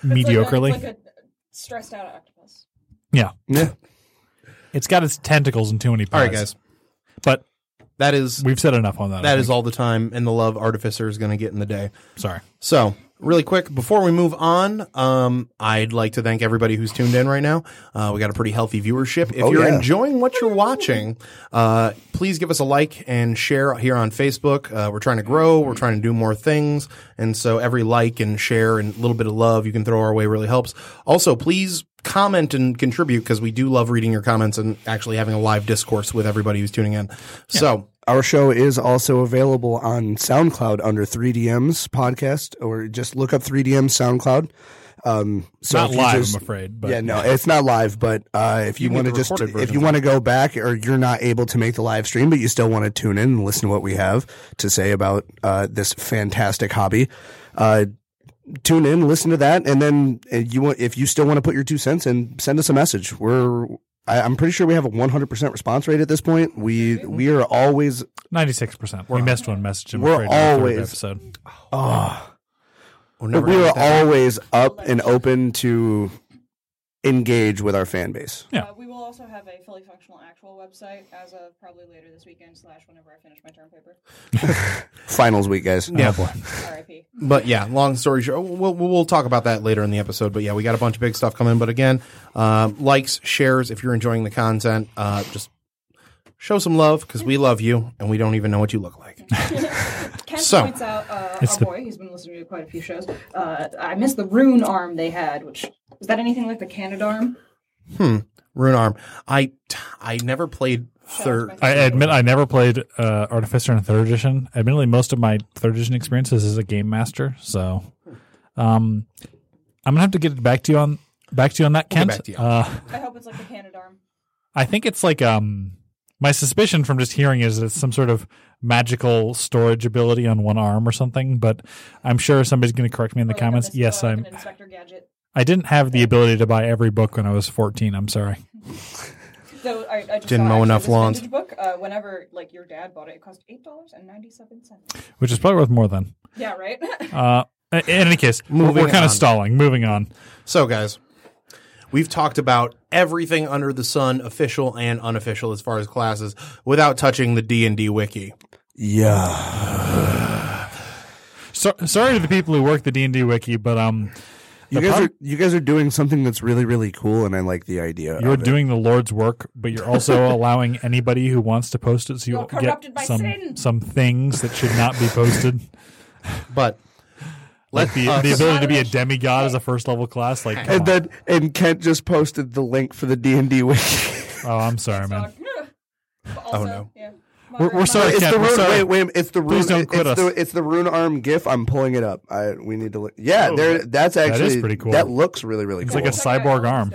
Speaker 2: mediocrely.
Speaker 4: It's like a, it's like a stressed out octopus.
Speaker 2: yeah,
Speaker 3: Yeah.
Speaker 2: it's got its tentacles in too many. Pies.
Speaker 1: all right, guys.
Speaker 2: but
Speaker 1: That is
Speaker 2: we've said enough on that.
Speaker 1: that is all the time and the love artificer is going to get in the day.
Speaker 2: sorry.
Speaker 1: So, really quick, before we move on, um, I'd like to thank everybody who's tuned in right now. Uh, we got a pretty healthy viewership. If
Speaker 3: Oh,
Speaker 1: you're
Speaker 3: yeah.
Speaker 1: enjoying what you're watching, uh, please give us a like and share here on Facebook. Uh, we're trying to grow, we're trying to do more things. And so, every like and share and little bit of love you can throw our way really helps. Also, please comment and contribute because we do love reading your comments and actually having a live discourse with everybody who's tuning in. So,
Speaker 3: Our show is also available on SoundCloud under 3DM's podcast, or just look up 3DM SoundCloud. Um, so
Speaker 2: Not
Speaker 3: if you
Speaker 2: live,
Speaker 3: just-
Speaker 2: I'm afraid. But
Speaker 3: yeah, no, it's not live. But uh, if you,
Speaker 1: You need
Speaker 3: want to
Speaker 1: the
Speaker 3: just
Speaker 1: recorded
Speaker 3: if
Speaker 1: version,
Speaker 3: you want to go back, or you're not able to make the live stream, but you still want to tune in and listen to what we have to say about uh, this fantastic hobby, uh, tune in, listen to that, and then uh, you want if you still want to put your two cents in, send us a message. We're I, I'm pretty sure we have a 100% response rate at this point. We we are always
Speaker 2: ninety six percent. We missed one message. I'm afraid,
Speaker 3: We're
Speaker 2: in the third
Speaker 3: always-
Speaker 2: episode.
Speaker 1: We're never
Speaker 3: But ah, we
Speaker 1: gonna
Speaker 3: were
Speaker 1: get that.
Speaker 3: always up and open to engage with our fan base.
Speaker 2: Yeah.
Speaker 4: Uh, we will also have a fully functional actual website as of probably later this weekend slash whenever I finish my term paper.
Speaker 3: Finals week, guys.
Speaker 1: yeah.
Speaker 4: R.I.P.
Speaker 1: But yeah, long story short, we'll, we'll, we'll talk about that later in the episode. But yeah, we got a bunch of big stuff coming. But again, um, likes, shares, if you're enjoying the content, uh, just show some love because we love you and we don't even know what you look like.
Speaker 4: Ken
Speaker 1: So-
Speaker 4: points out uh, our boy. He's been listening to quite a few shows. Uh, I missed the rune arm they had, which was that anything like the Canada arm?
Speaker 1: Rune Arm. I, I never played third.
Speaker 2: I admit I never played uh, Artificer in third edition. Admittedly, most of my third edition experiences is a game master, so um, I'm gonna have to get back to you on back to you on that, Kent.
Speaker 1: back to you.
Speaker 2: Uh,
Speaker 4: I hope it's like the Canada arm.
Speaker 2: I think it's like um, my suspicion from just hearing is that it's some sort of magical storage ability on one arm or something. But I'm sure somebody's gonna correct me in the
Speaker 4: Or like a
Speaker 2: comments.
Speaker 4: mis-
Speaker 2: Yes,
Speaker 4: or like
Speaker 2: I'm.
Speaker 4: an Inspector Gadget.
Speaker 2: I didn't have the ability to buy every book when I was 14. I'm sorry.
Speaker 4: Though I, I just
Speaker 1: Didn't mow
Speaker 4: saw actually
Speaker 1: enough
Speaker 4: this
Speaker 1: lawns.
Speaker 4: vintage Book. Uh, whenever like your dad bought it, it cost eight dollars and ninety seven cents.
Speaker 2: which is probably worth more than.
Speaker 4: Yeah, right.
Speaker 2: Uh, in any case, we're,
Speaker 1: Moving
Speaker 2: we're kind
Speaker 1: on.
Speaker 2: of stalling. Moving on.
Speaker 1: So, guys, we've talked about everything under the sun, official and unofficial, as far as classes, without touching the D and D wiki.
Speaker 3: Yeah.
Speaker 2: So, sorry to the people who work the D and D wiki, but um, The
Speaker 3: You guys
Speaker 2: pub-
Speaker 3: are you guys are doing something that's really really cool, and I like the idea.
Speaker 2: you're
Speaker 3: of it.
Speaker 2: doing the Lord's work, but you're also allowing anybody who wants to post it, so you'll
Speaker 4: You're corrupted
Speaker 2: get
Speaker 4: by
Speaker 2: some
Speaker 4: sin.
Speaker 2: some things that should not be posted,
Speaker 1: But
Speaker 2: like the
Speaker 1: us-
Speaker 2: the ability to be a demigod as a first level class. Like, come
Speaker 3: And
Speaker 2: on.
Speaker 3: then and Kent just posted the link for the D and D wiki.
Speaker 2: oh, I'm sorry, man.
Speaker 4: But also,
Speaker 1: Oh, no.
Speaker 4: Yeah,
Speaker 2: We're, we're sorry,
Speaker 3: it's
Speaker 2: Kent.
Speaker 3: the
Speaker 2: We're
Speaker 3: rune.
Speaker 2: sorry.
Speaker 3: Wait, wait, it's the rune.
Speaker 2: Please don't quit
Speaker 3: it's
Speaker 2: us.
Speaker 3: The, it's the rune arm GIF. I'm pulling it up. I we need to. Look. Yeah, there. That's
Speaker 2: Oh, is
Speaker 3: actually
Speaker 2: pretty cool.
Speaker 3: That looks really really
Speaker 2: It's
Speaker 3: cool.
Speaker 2: like a cyborg arm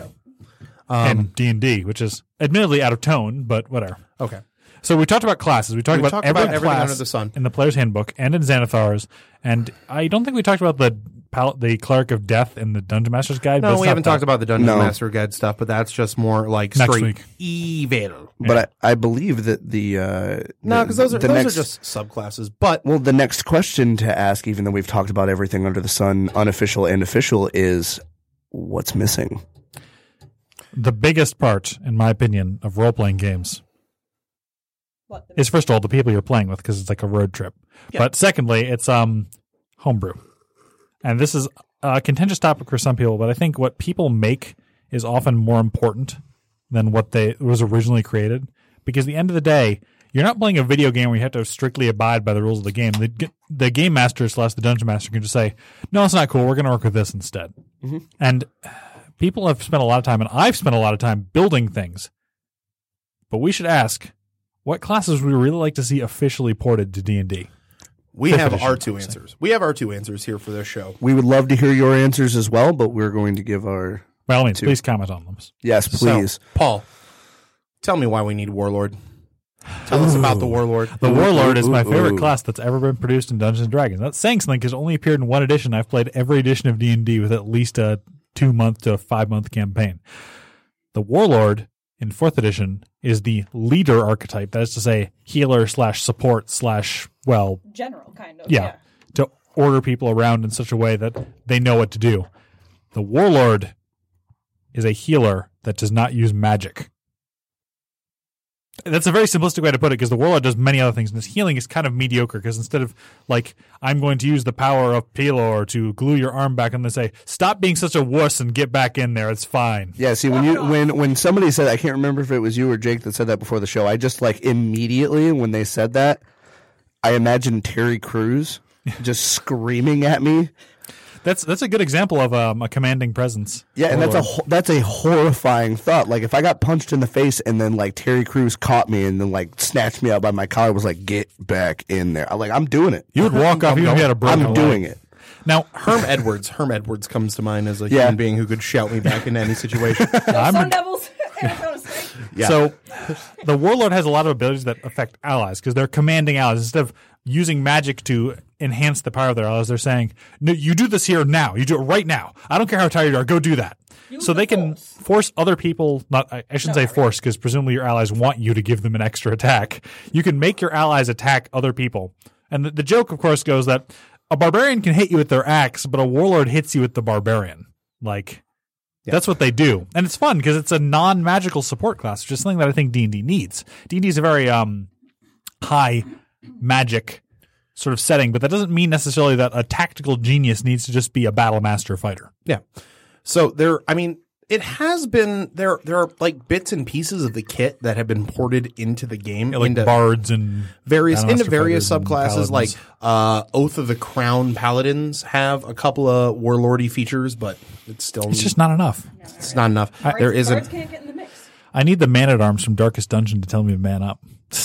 Speaker 2: in D and D, which is admittedly out of tone, but whatever.
Speaker 1: okay,
Speaker 2: So we talked about classes. We talked
Speaker 1: We
Speaker 2: about
Speaker 1: talked
Speaker 2: every
Speaker 1: about everything
Speaker 2: class
Speaker 1: under the sun.
Speaker 2: in the player's handbook and in Xanathar's. And I don't think we talked about the pal- the cleric of death in the dungeon master's guide. but
Speaker 1: no,
Speaker 2: it's
Speaker 1: we
Speaker 2: not
Speaker 1: haven't
Speaker 2: that.
Speaker 1: talked about the Dungeon
Speaker 3: No.
Speaker 1: Master Guide stuff, but that's just more like
Speaker 2: Next
Speaker 1: straight
Speaker 2: week.
Speaker 1: evil.
Speaker 3: but I, I believe that the uh,
Speaker 1: No,
Speaker 3: the-
Speaker 1: because those are
Speaker 3: the
Speaker 1: those
Speaker 3: next-
Speaker 1: are just subclasses. But
Speaker 3: Well, the next question to ask, even though we've talked about everything under the sun, unofficial and official, is what's missing?
Speaker 2: the biggest part, in my opinion, of role playing games
Speaker 4: What the
Speaker 2: is first of all the people you're playing with because it's like a road trip. But secondly, it's um homebrew, and this is a contentious topic for some people. But I think what people make is often more important than what they was originally created because at the end of the day. You're not playing a video game where you have to strictly abide by the rules of the game. The, g- the game master slash the dungeon master can just say, "No, it's not cool. We're going to work with this instead."
Speaker 4: Mm-hmm.
Speaker 2: And people have spent a lot of time, and I've spent a lot of time building things. But we should ask, what classes would we really like to see officially ported to D and D?
Speaker 1: we
Speaker 2: Fifth
Speaker 1: have
Speaker 2: edition,
Speaker 1: our two answers. We have our two answers here for this show.
Speaker 3: We would love to hear your answers as well, but we're going to give our
Speaker 2: By all means, please comment on them.
Speaker 3: yes,
Speaker 1: So,
Speaker 3: please.
Speaker 1: Paul, tell me why we need Warlord. Tell us about the Warlord.
Speaker 2: The Warlord is my
Speaker 3: ooh,
Speaker 2: favorite
Speaker 3: ooh.
Speaker 2: class that's ever been produced in Dungeons and Dragons. That's saying something because it only appeared in one edition. I've played every edition of D and D with at least a two month to five month campaign. The Warlord in fourth edition is the leader archetype. That is to say, healer slash support slash well
Speaker 4: general kind of?
Speaker 2: yeah, to order people around in such a way that they know what to do. The warlord is a healer that does not use magic. That's a very simplistic way to put it because the warlord does many other things, and this healing is kind of mediocre because instead of like I'm going to use the power of Pelor to glue your arm back, and they say stop being such a wuss and get back in there, it's fine.
Speaker 3: Yeah, see when you when when somebody said I can't remember if it was you or Jake that said that before the show, I just like immediately when they said that, I imagined Terry Crews just screaming at me.
Speaker 2: That's that's a good example of um, a commanding presence.
Speaker 3: Yeah, and that's a ho- that's a horrifying thought. Like if I got punched in the face and then like Terry Crews caught me and then like snatched me out by my collar, was like get back in there. I'm like I'm doing it.
Speaker 2: You would walk off even if you had a broken
Speaker 3: I'm doing it.
Speaker 2: Now
Speaker 1: Herm Edwards. Herm Edwards comes to mind as a
Speaker 3: Yeah.
Speaker 1: human being who could shout me back into any situation.
Speaker 4: Those Sun Devils, Arizona State.
Speaker 3: Yeah.
Speaker 2: So the warlord has a lot of abilities that affect allies because they're commanding allies instead of using magic to enhance the power of their allies. They're saying, "No, you do this here now. You do it right now. I don't care how tired you are. Go do that." so
Speaker 4: the
Speaker 2: they can
Speaker 4: force.
Speaker 2: force other people. Not I, I shouldn't say force because presumably your allies want you to give them an extra attack. You can make your allies attack other people, and the, the joke, of course, goes that a barbarian can hit you with their axe, but a warlord hits you with the barbarian. Like that's what they do, and it's fun because it's a non-magical support class, which is something that I think D and D needs. D and D is a very um, high magic sort of setting, but that doesn't mean necessarily that a tactical genius needs to just be a battle master fighter.
Speaker 1: Yeah. So there, I mean, it has been there. There are like bits and pieces of the kit that have been ported into the game,
Speaker 2: You know, like
Speaker 1: into
Speaker 2: bards and
Speaker 1: various
Speaker 2: battle
Speaker 1: into
Speaker 2: master
Speaker 1: various
Speaker 2: fighters and
Speaker 1: subclasses. Like uh, Oath of the Crown Paladins have a couple of warlordy features, but it's still
Speaker 2: it's just not enough.
Speaker 1: it's not enough.
Speaker 4: Bards-
Speaker 1: there isn't.
Speaker 4: Bards can't get in the mix.
Speaker 2: I need the man at arms from Darkest Dungeon to tell me to man up.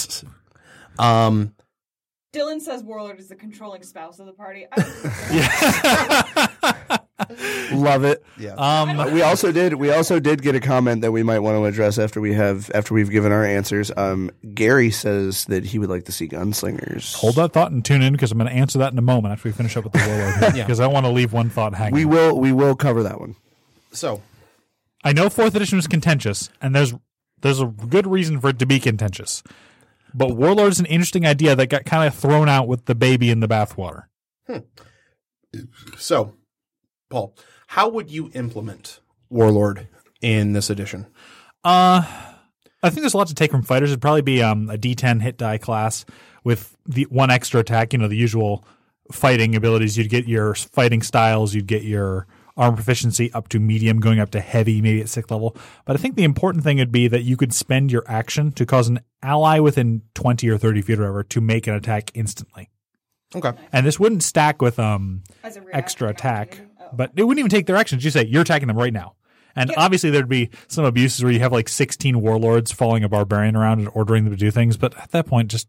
Speaker 1: Um,
Speaker 4: Dylan says Warlord is the controlling spouse of the party. I don't-
Speaker 3: Love it.
Speaker 1: yeah.
Speaker 2: Um,
Speaker 3: Uh, We also did. We also did get a comment that we might want to address after we have after we've given our answers. Um, Gary says that he would like to see gunslingers.
Speaker 2: hold that thought and tune in because I'm going to answer that in a moment after we finish up with the warlord because I want to leave one thought hanging.
Speaker 3: We will. We will cover that one.
Speaker 1: so
Speaker 2: I know fourth edition was contentious, and there's there's a good reason for it to be contentious. But Warlord's an interesting idea that got kind of thrown out with the baby in the bathwater.
Speaker 1: so, Paul, how would you implement Warlord in this edition?
Speaker 2: Uh I think there's a lot to take from fighters. It'd probably be um, a D10 hit die class with the one extra attack. You know, the usual fighting abilities. You'd get your fighting styles. You'd get your arm proficiency up to medium, going up to heavy, maybe at sixth level. But I think the important thing would be that you could spend your action to cause an ally within 20 or 30 feet or whatever to make an attack instantly.
Speaker 1: Okay.
Speaker 2: And this wouldn't stack with um,
Speaker 4: As a reaction,
Speaker 2: extra
Speaker 4: not
Speaker 2: attack,
Speaker 4: reaction. Oh.
Speaker 2: but it wouldn't even take their actions. You say you're attacking them right now, and obviously there'd be some abuses where you have like 16 warlords following a barbarian around and ordering them to do things. But at that point, just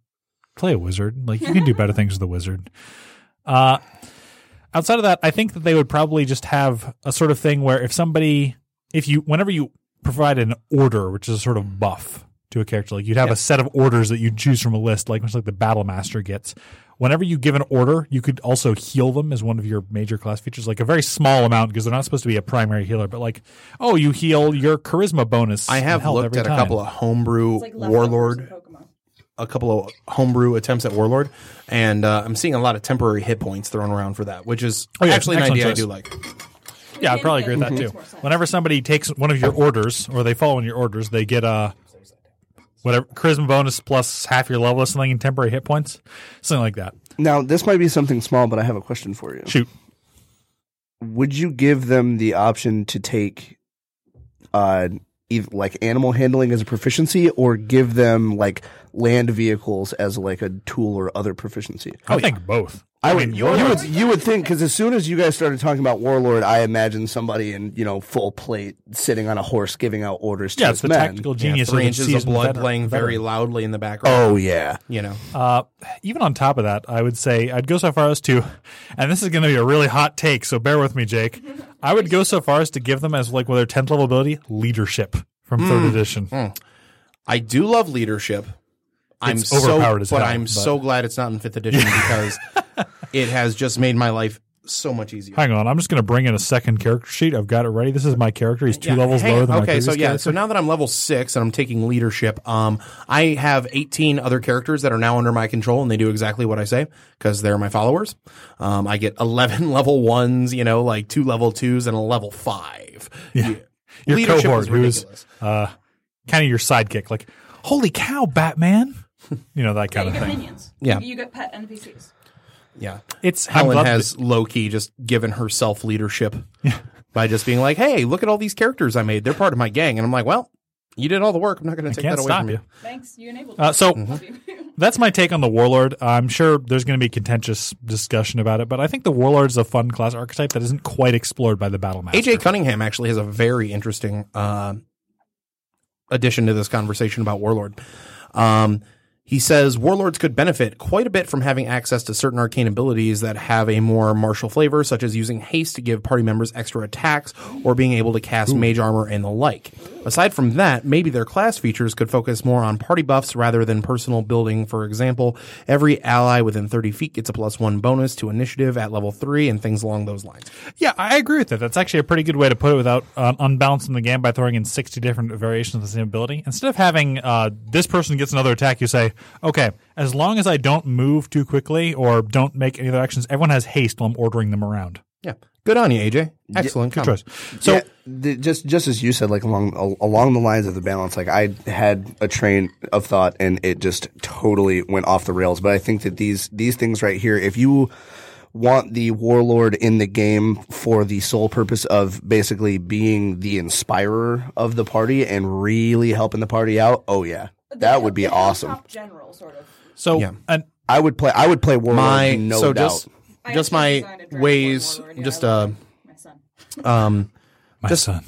Speaker 2: play a wizard. Like you can do better things with a wizard. Uh, outside of that, I think that they would probably just have a sort of thing where if somebody, if you, whenever you provide an order, which is a sort of buff to a character, like you'd have a set of orders that you choose from a list, like much like the battle master gets. Whenever you give an order, you could also heal them as one of your major class features, like a very small amount because they're not supposed to be a primary healer, but like, oh, you heal your charisma bonus.
Speaker 1: I
Speaker 2: and
Speaker 1: have
Speaker 2: health
Speaker 1: looked
Speaker 2: every
Speaker 1: at a
Speaker 2: time.
Speaker 1: couple of homebrew
Speaker 4: It's like leftovers
Speaker 1: warlord,
Speaker 4: of Pokemon.
Speaker 1: a couple of homebrew attempts at warlord, and uh, I'm seeing a lot of temporary hit points thrown around for that, which is
Speaker 2: Oh, yeah,
Speaker 1: actually an
Speaker 2: excellent
Speaker 1: idea
Speaker 2: choice.
Speaker 1: I do like.
Speaker 2: Yeah, I probably agree with that
Speaker 4: Makes
Speaker 2: too.
Speaker 4: more sense.
Speaker 2: Whenever somebody takes one of your orders or they follow in your orders, they get a whatever charisma bonus plus half your level or something in temporary hit points, something like that.
Speaker 3: Now, this might be something small, but I have a question for you.
Speaker 2: Shoot,
Speaker 3: Would you give them the option to take, uh, either, like animal handling as a proficiency, or give them like land vehicles as like a tool or other proficiency?
Speaker 2: I think both.
Speaker 3: Oh, I would, you
Speaker 4: yours-
Speaker 3: would, you would think because as soon as you guys started talking about warlord, I imagined somebody in you know full plate sitting on a horse giving out orders to
Speaker 2: Yeah, it's
Speaker 3: his
Speaker 2: the
Speaker 3: men.
Speaker 2: tactical genius.
Speaker 1: Three
Speaker 2: the
Speaker 1: inches of
Speaker 2: seasoned
Speaker 1: blood
Speaker 2: veteran-
Speaker 1: playing
Speaker 2: veteran.
Speaker 1: very loudly in the background.
Speaker 3: Oh yeah,
Speaker 1: You know,
Speaker 2: Uh, even on top of that, I would say I'd go so far as to, and this is going to be a really hot take, so bear with me, Jake. I would go so far as to give them as like with their tenth level ability leadership from
Speaker 3: Hmm.
Speaker 2: third edition.
Speaker 1: I do love leadership. I'm
Speaker 2: It's
Speaker 1: so,
Speaker 2: overpowered as
Speaker 1: but
Speaker 2: hell,
Speaker 1: I'm
Speaker 2: but-
Speaker 1: so glad it's not in fifth edition because it has just made my life so much easier.
Speaker 2: Hang on, I'm just going to bring in a second character sheet. I've got it ready. This is my character. He's two
Speaker 1: Yeah,
Speaker 2: levels
Speaker 1: hang
Speaker 2: lower
Speaker 1: on.
Speaker 2: than my
Speaker 1: okay,
Speaker 2: previous
Speaker 1: so yeah,
Speaker 2: character.
Speaker 1: so now that I'm level six and I'm taking leadership, um, I have 18 other characters that are now under my control, and they do exactly what I say because they're my followers. Um, I get 11 level ones, you know, like two level twos and a level five. Yeah,
Speaker 2: Your
Speaker 1: leadership
Speaker 2: cohort,
Speaker 1: is
Speaker 2: who's-
Speaker 1: ridiculous.
Speaker 2: kind of your sidekick, like, holy cow, Batman. You know, that kind
Speaker 4: You
Speaker 2: of
Speaker 4: get
Speaker 2: thing.
Speaker 4: minions.
Speaker 1: Yeah.
Speaker 4: You get pet NPCs.
Speaker 1: yeah,
Speaker 2: It's I'm
Speaker 1: Helen
Speaker 2: glad
Speaker 1: has low key just given herself leadership by just being like, "Hey, look at all these characters I made. They're part of my gang," and I'm like, "Well, you did all the work. I'm not going to
Speaker 2: that-
Speaker 1: take
Speaker 2: can't
Speaker 1: that away
Speaker 2: stop
Speaker 1: from
Speaker 2: you.
Speaker 4: Thanks. You enabled
Speaker 2: Uh,
Speaker 4: me.
Speaker 2: so
Speaker 4: Love
Speaker 3: Mm-hmm.
Speaker 4: you.
Speaker 2: that's my take on the Warlord. I'm sure there's going to be contentious discussion about it, but I think the Warlord's a fun class archetype that isn't quite explored by the Battle Master.
Speaker 1: AJ Cunningham actually has a very interesting uh, addition to this conversation about Warlord. Um, he says warlords could benefit quite a bit from having access to certain arcane abilities that have a more martial flavor, such as using haste to give party members extra attacks or being able to cast mage armor and the like. Aside from that, maybe their class features could focus more on party buffs rather than personal building. For example, every ally within 30 feet gets a plus one bonus to initiative at level three and things along those lines.
Speaker 2: Yeah, I agree with that. That's actually a pretty good way to put it without uh, unbalancing the game by throwing in 60 different variations of the same ability. Instead of having uh, this person gets another attack, you say, okay, as long as I don't move too quickly or don't make any other actions, everyone has haste while I'm ordering them around.
Speaker 1: Yeah. Good on you, AJ. Excellent
Speaker 2: Good
Speaker 1: comment.
Speaker 2: choice. So,
Speaker 3: Yeah, the, just just as you said, like along al- along the lines of the balance, like I had a train of thought and it just totally went off the rails. But I think that these these things right here, if you want the warlord in the game for the sole purpose of basically being the inspirer of the party and really helping the party out, oh yeah, that would be awesome.
Speaker 4: Top general, sort of.
Speaker 2: so
Speaker 1: Yeah.
Speaker 2: an,
Speaker 3: I would play. I would play warlord,
Speaker 1: My
Speaker 3: no
Speaker 1: so
Speaker 3: doubt.
Speaker 1: just
Speaker 4: I
Speaker 1: just
Speaker 4: actually
Speaker 1: my
Speaker 4: designed a dragonborn
Speaker 1: ways
Speaker 4: warlord, yeah,
Speaker 1: just
Speaker 4: I
Speaker 1: uh
Speaker 4: love it. my son.
Speaker 2: my son.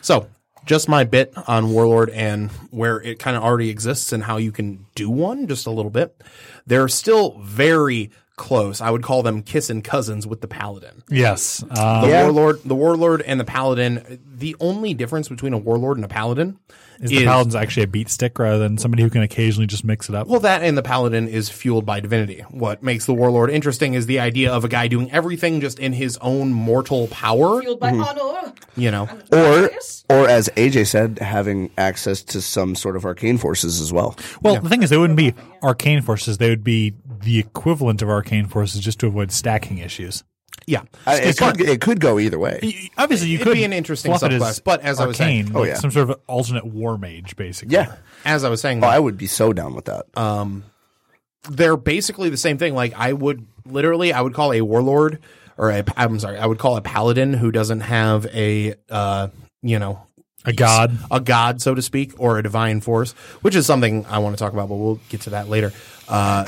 Speaker 1: So, just my bit on Warlord and where it kind of already exists and how you can do one just a little bit. They're still very close. I would call them kiss and cousins with the Paladin.
Speaker 2: Yes. Uh,
Speaker 1: The Warlord, the Warlord and the Paladin, the only difference between a Warlord and a Paladin
Speaker 2: is the paladin's actually a beat stick rather than somebody who can occasionally just mix it up?
Speaker 1: Well, that and the paladin is fueled by divinity. What makes the warlord interesting is the idea of a guy doing everything just in his own mortal power.
Speaker 4: Fueled by
Speaker 2: Mm-hmm.
Speaker 4: honor.
Speaker 1: You know,
Speaker 3: or,
Speaker 4: Yes.
Speaker 3: or as AJ said, having access to some sort of arcane forces as well.
Speaker 2: Well, the thing is, they wouldn't be arcane forces. They would be the equivalent of arcane forces just to avoid stacking issues.
Speaker 1: yeah.
Speaker 3: I- it, could, it could go either way.
Speaker 2: Obviously, you
Speaker 1: It'd
Speaker 2: could
Speaker 1: be an interesting
Speaker 2: fluff it
Speaker 1: subclass, but as I was saying-
Speaker 2: arcane,
Speaker 3: Oh,
Speaker 2: like
Speaker 3: yeah.
Speaker 2: some sort of alternate war mage, basically.
Speaker 3: Yeah.
Speaker 1: As I was saying,
Speaker 3: Oh, I would be so down with that.
Speaker 1: Uh, they're basically the same thing. Like I would literally, I would call a warlord or a, I'm sorry, I would call a paladin who doesn't have a, uh, you know,
Speaker 2: a god.
Speaker 1: a god, so to speak, or a divine force, which is something I want to talk about, but we'll get to that later. Uh,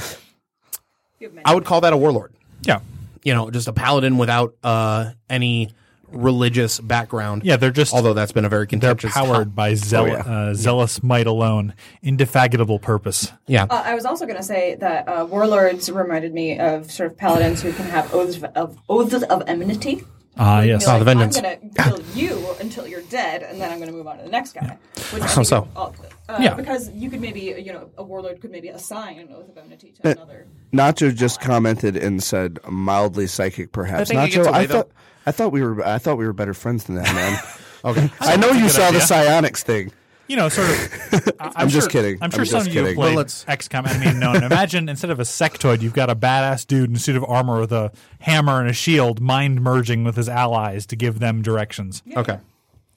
Speaker 1: I would call that a warlord.
Speaker 2: Yeah,
Speaker 1: you know, just a paladin without uh, any religious background.
Speaker 2: yeah. They're just
Speaker 1: Although that's been a very
Speaker 2: they're
Speaker 1: contentious.
Speaker 2: powered by zeal-
Speaker 3: yeah.
Speaker 2: uh, zealous might alone, indefatigable purpose.
Speaker 1: Yeah.
Speaker 4: Uh, I was also going to say that uh, warlords reminded me of sort of paladins who can have oaths of, of oaths of enmity.
Speaker 2: Ah,
Speaker 4: Like,
Speaker 2: yes.
Speaker 4: be like,
Speaker 1: the vengeance.
Speaker 4: I'm going to kill you until you're dead, and then I'm going to move on to the next guy. Which I think
Speaker 1: so?
Speaker 4: is all- uh,
Speaker 2: Yeah.
Speaker 4: Because you could maybe, you know, a warlord could maybe assign an oath of enmity to another.
Speaker 3: Nacho just commented and said mildly psychic, perhaps.
Speaker 1: think it
Speaker 3: Nacho,
Speaker 1: gets away,
Speaker 3: I thought
Speaker 1: though.
Speaker 3: I thought we were I thought we were better friends than that, man.
Speaker 1: okay.
Speaker 3: I know you saw
Speaker 2: idea.
Speaker 3: the psionics thing.
Speaker 2: You know, sort of. I-
Speaker 3: I'm just
Speaker 2: sure-
Speaker 3: kidding.
Speaker 2: I'm sure
Speaker 3: I'm
Speaker 2: some
Speaker 3: just
Speaker 2: of you have
Speaker 3: kidding.
Speaker 2: played
Speaker 1: Well, let's-
Speaker 2: XCOM Enemy Unknown. Imagine instead of a sectoid, you've got a badass dude in a suit of armor with a hammer and a shield, mind merging with his allies to give them directions.
Speaker 1: Okay.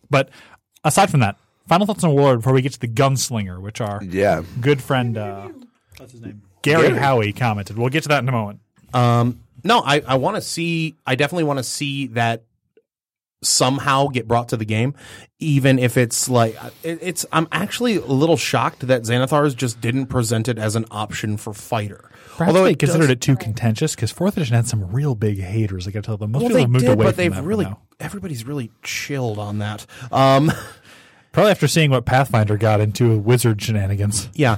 Speaker 2: But aside from that, final thoughts on Warlord before we get to the Gunslinger, which are
Speaker 3: Yeah.
Speaker 2: good friend. Uh, what's his name? Gary, Howie commented. We'll get to that in a moment.
Speaker 1: Um, no, I, I want to see. I definitely want to see that somehow get brought to the game, even if it's like it, it's. I'm actually a little shocked that Xanathars just didn't present it as an option for fighter.
Speaker 2: Perhaps Although they
Speaker 1: it does-
Speaker 2: considered it too contentious because fourth edition had some real big haters. I got to tell them most
Speaker 1: well,
Speaker 2: people
Speaker 1: they
Speaker 2: have moved
Speaker 1: did,
Speaker 2: away
Speaker 1: but
Speaker 2: from
Speaker 1: they've
Speaker 2: that
Speaker 1: really
Speaker 2: now.
Speaker 1: everybody's really chilled on that. Um,
Speaker 2: Probably after seeing what Pathfinder got into with wizard shenanigans.
Speaker 1: yeah,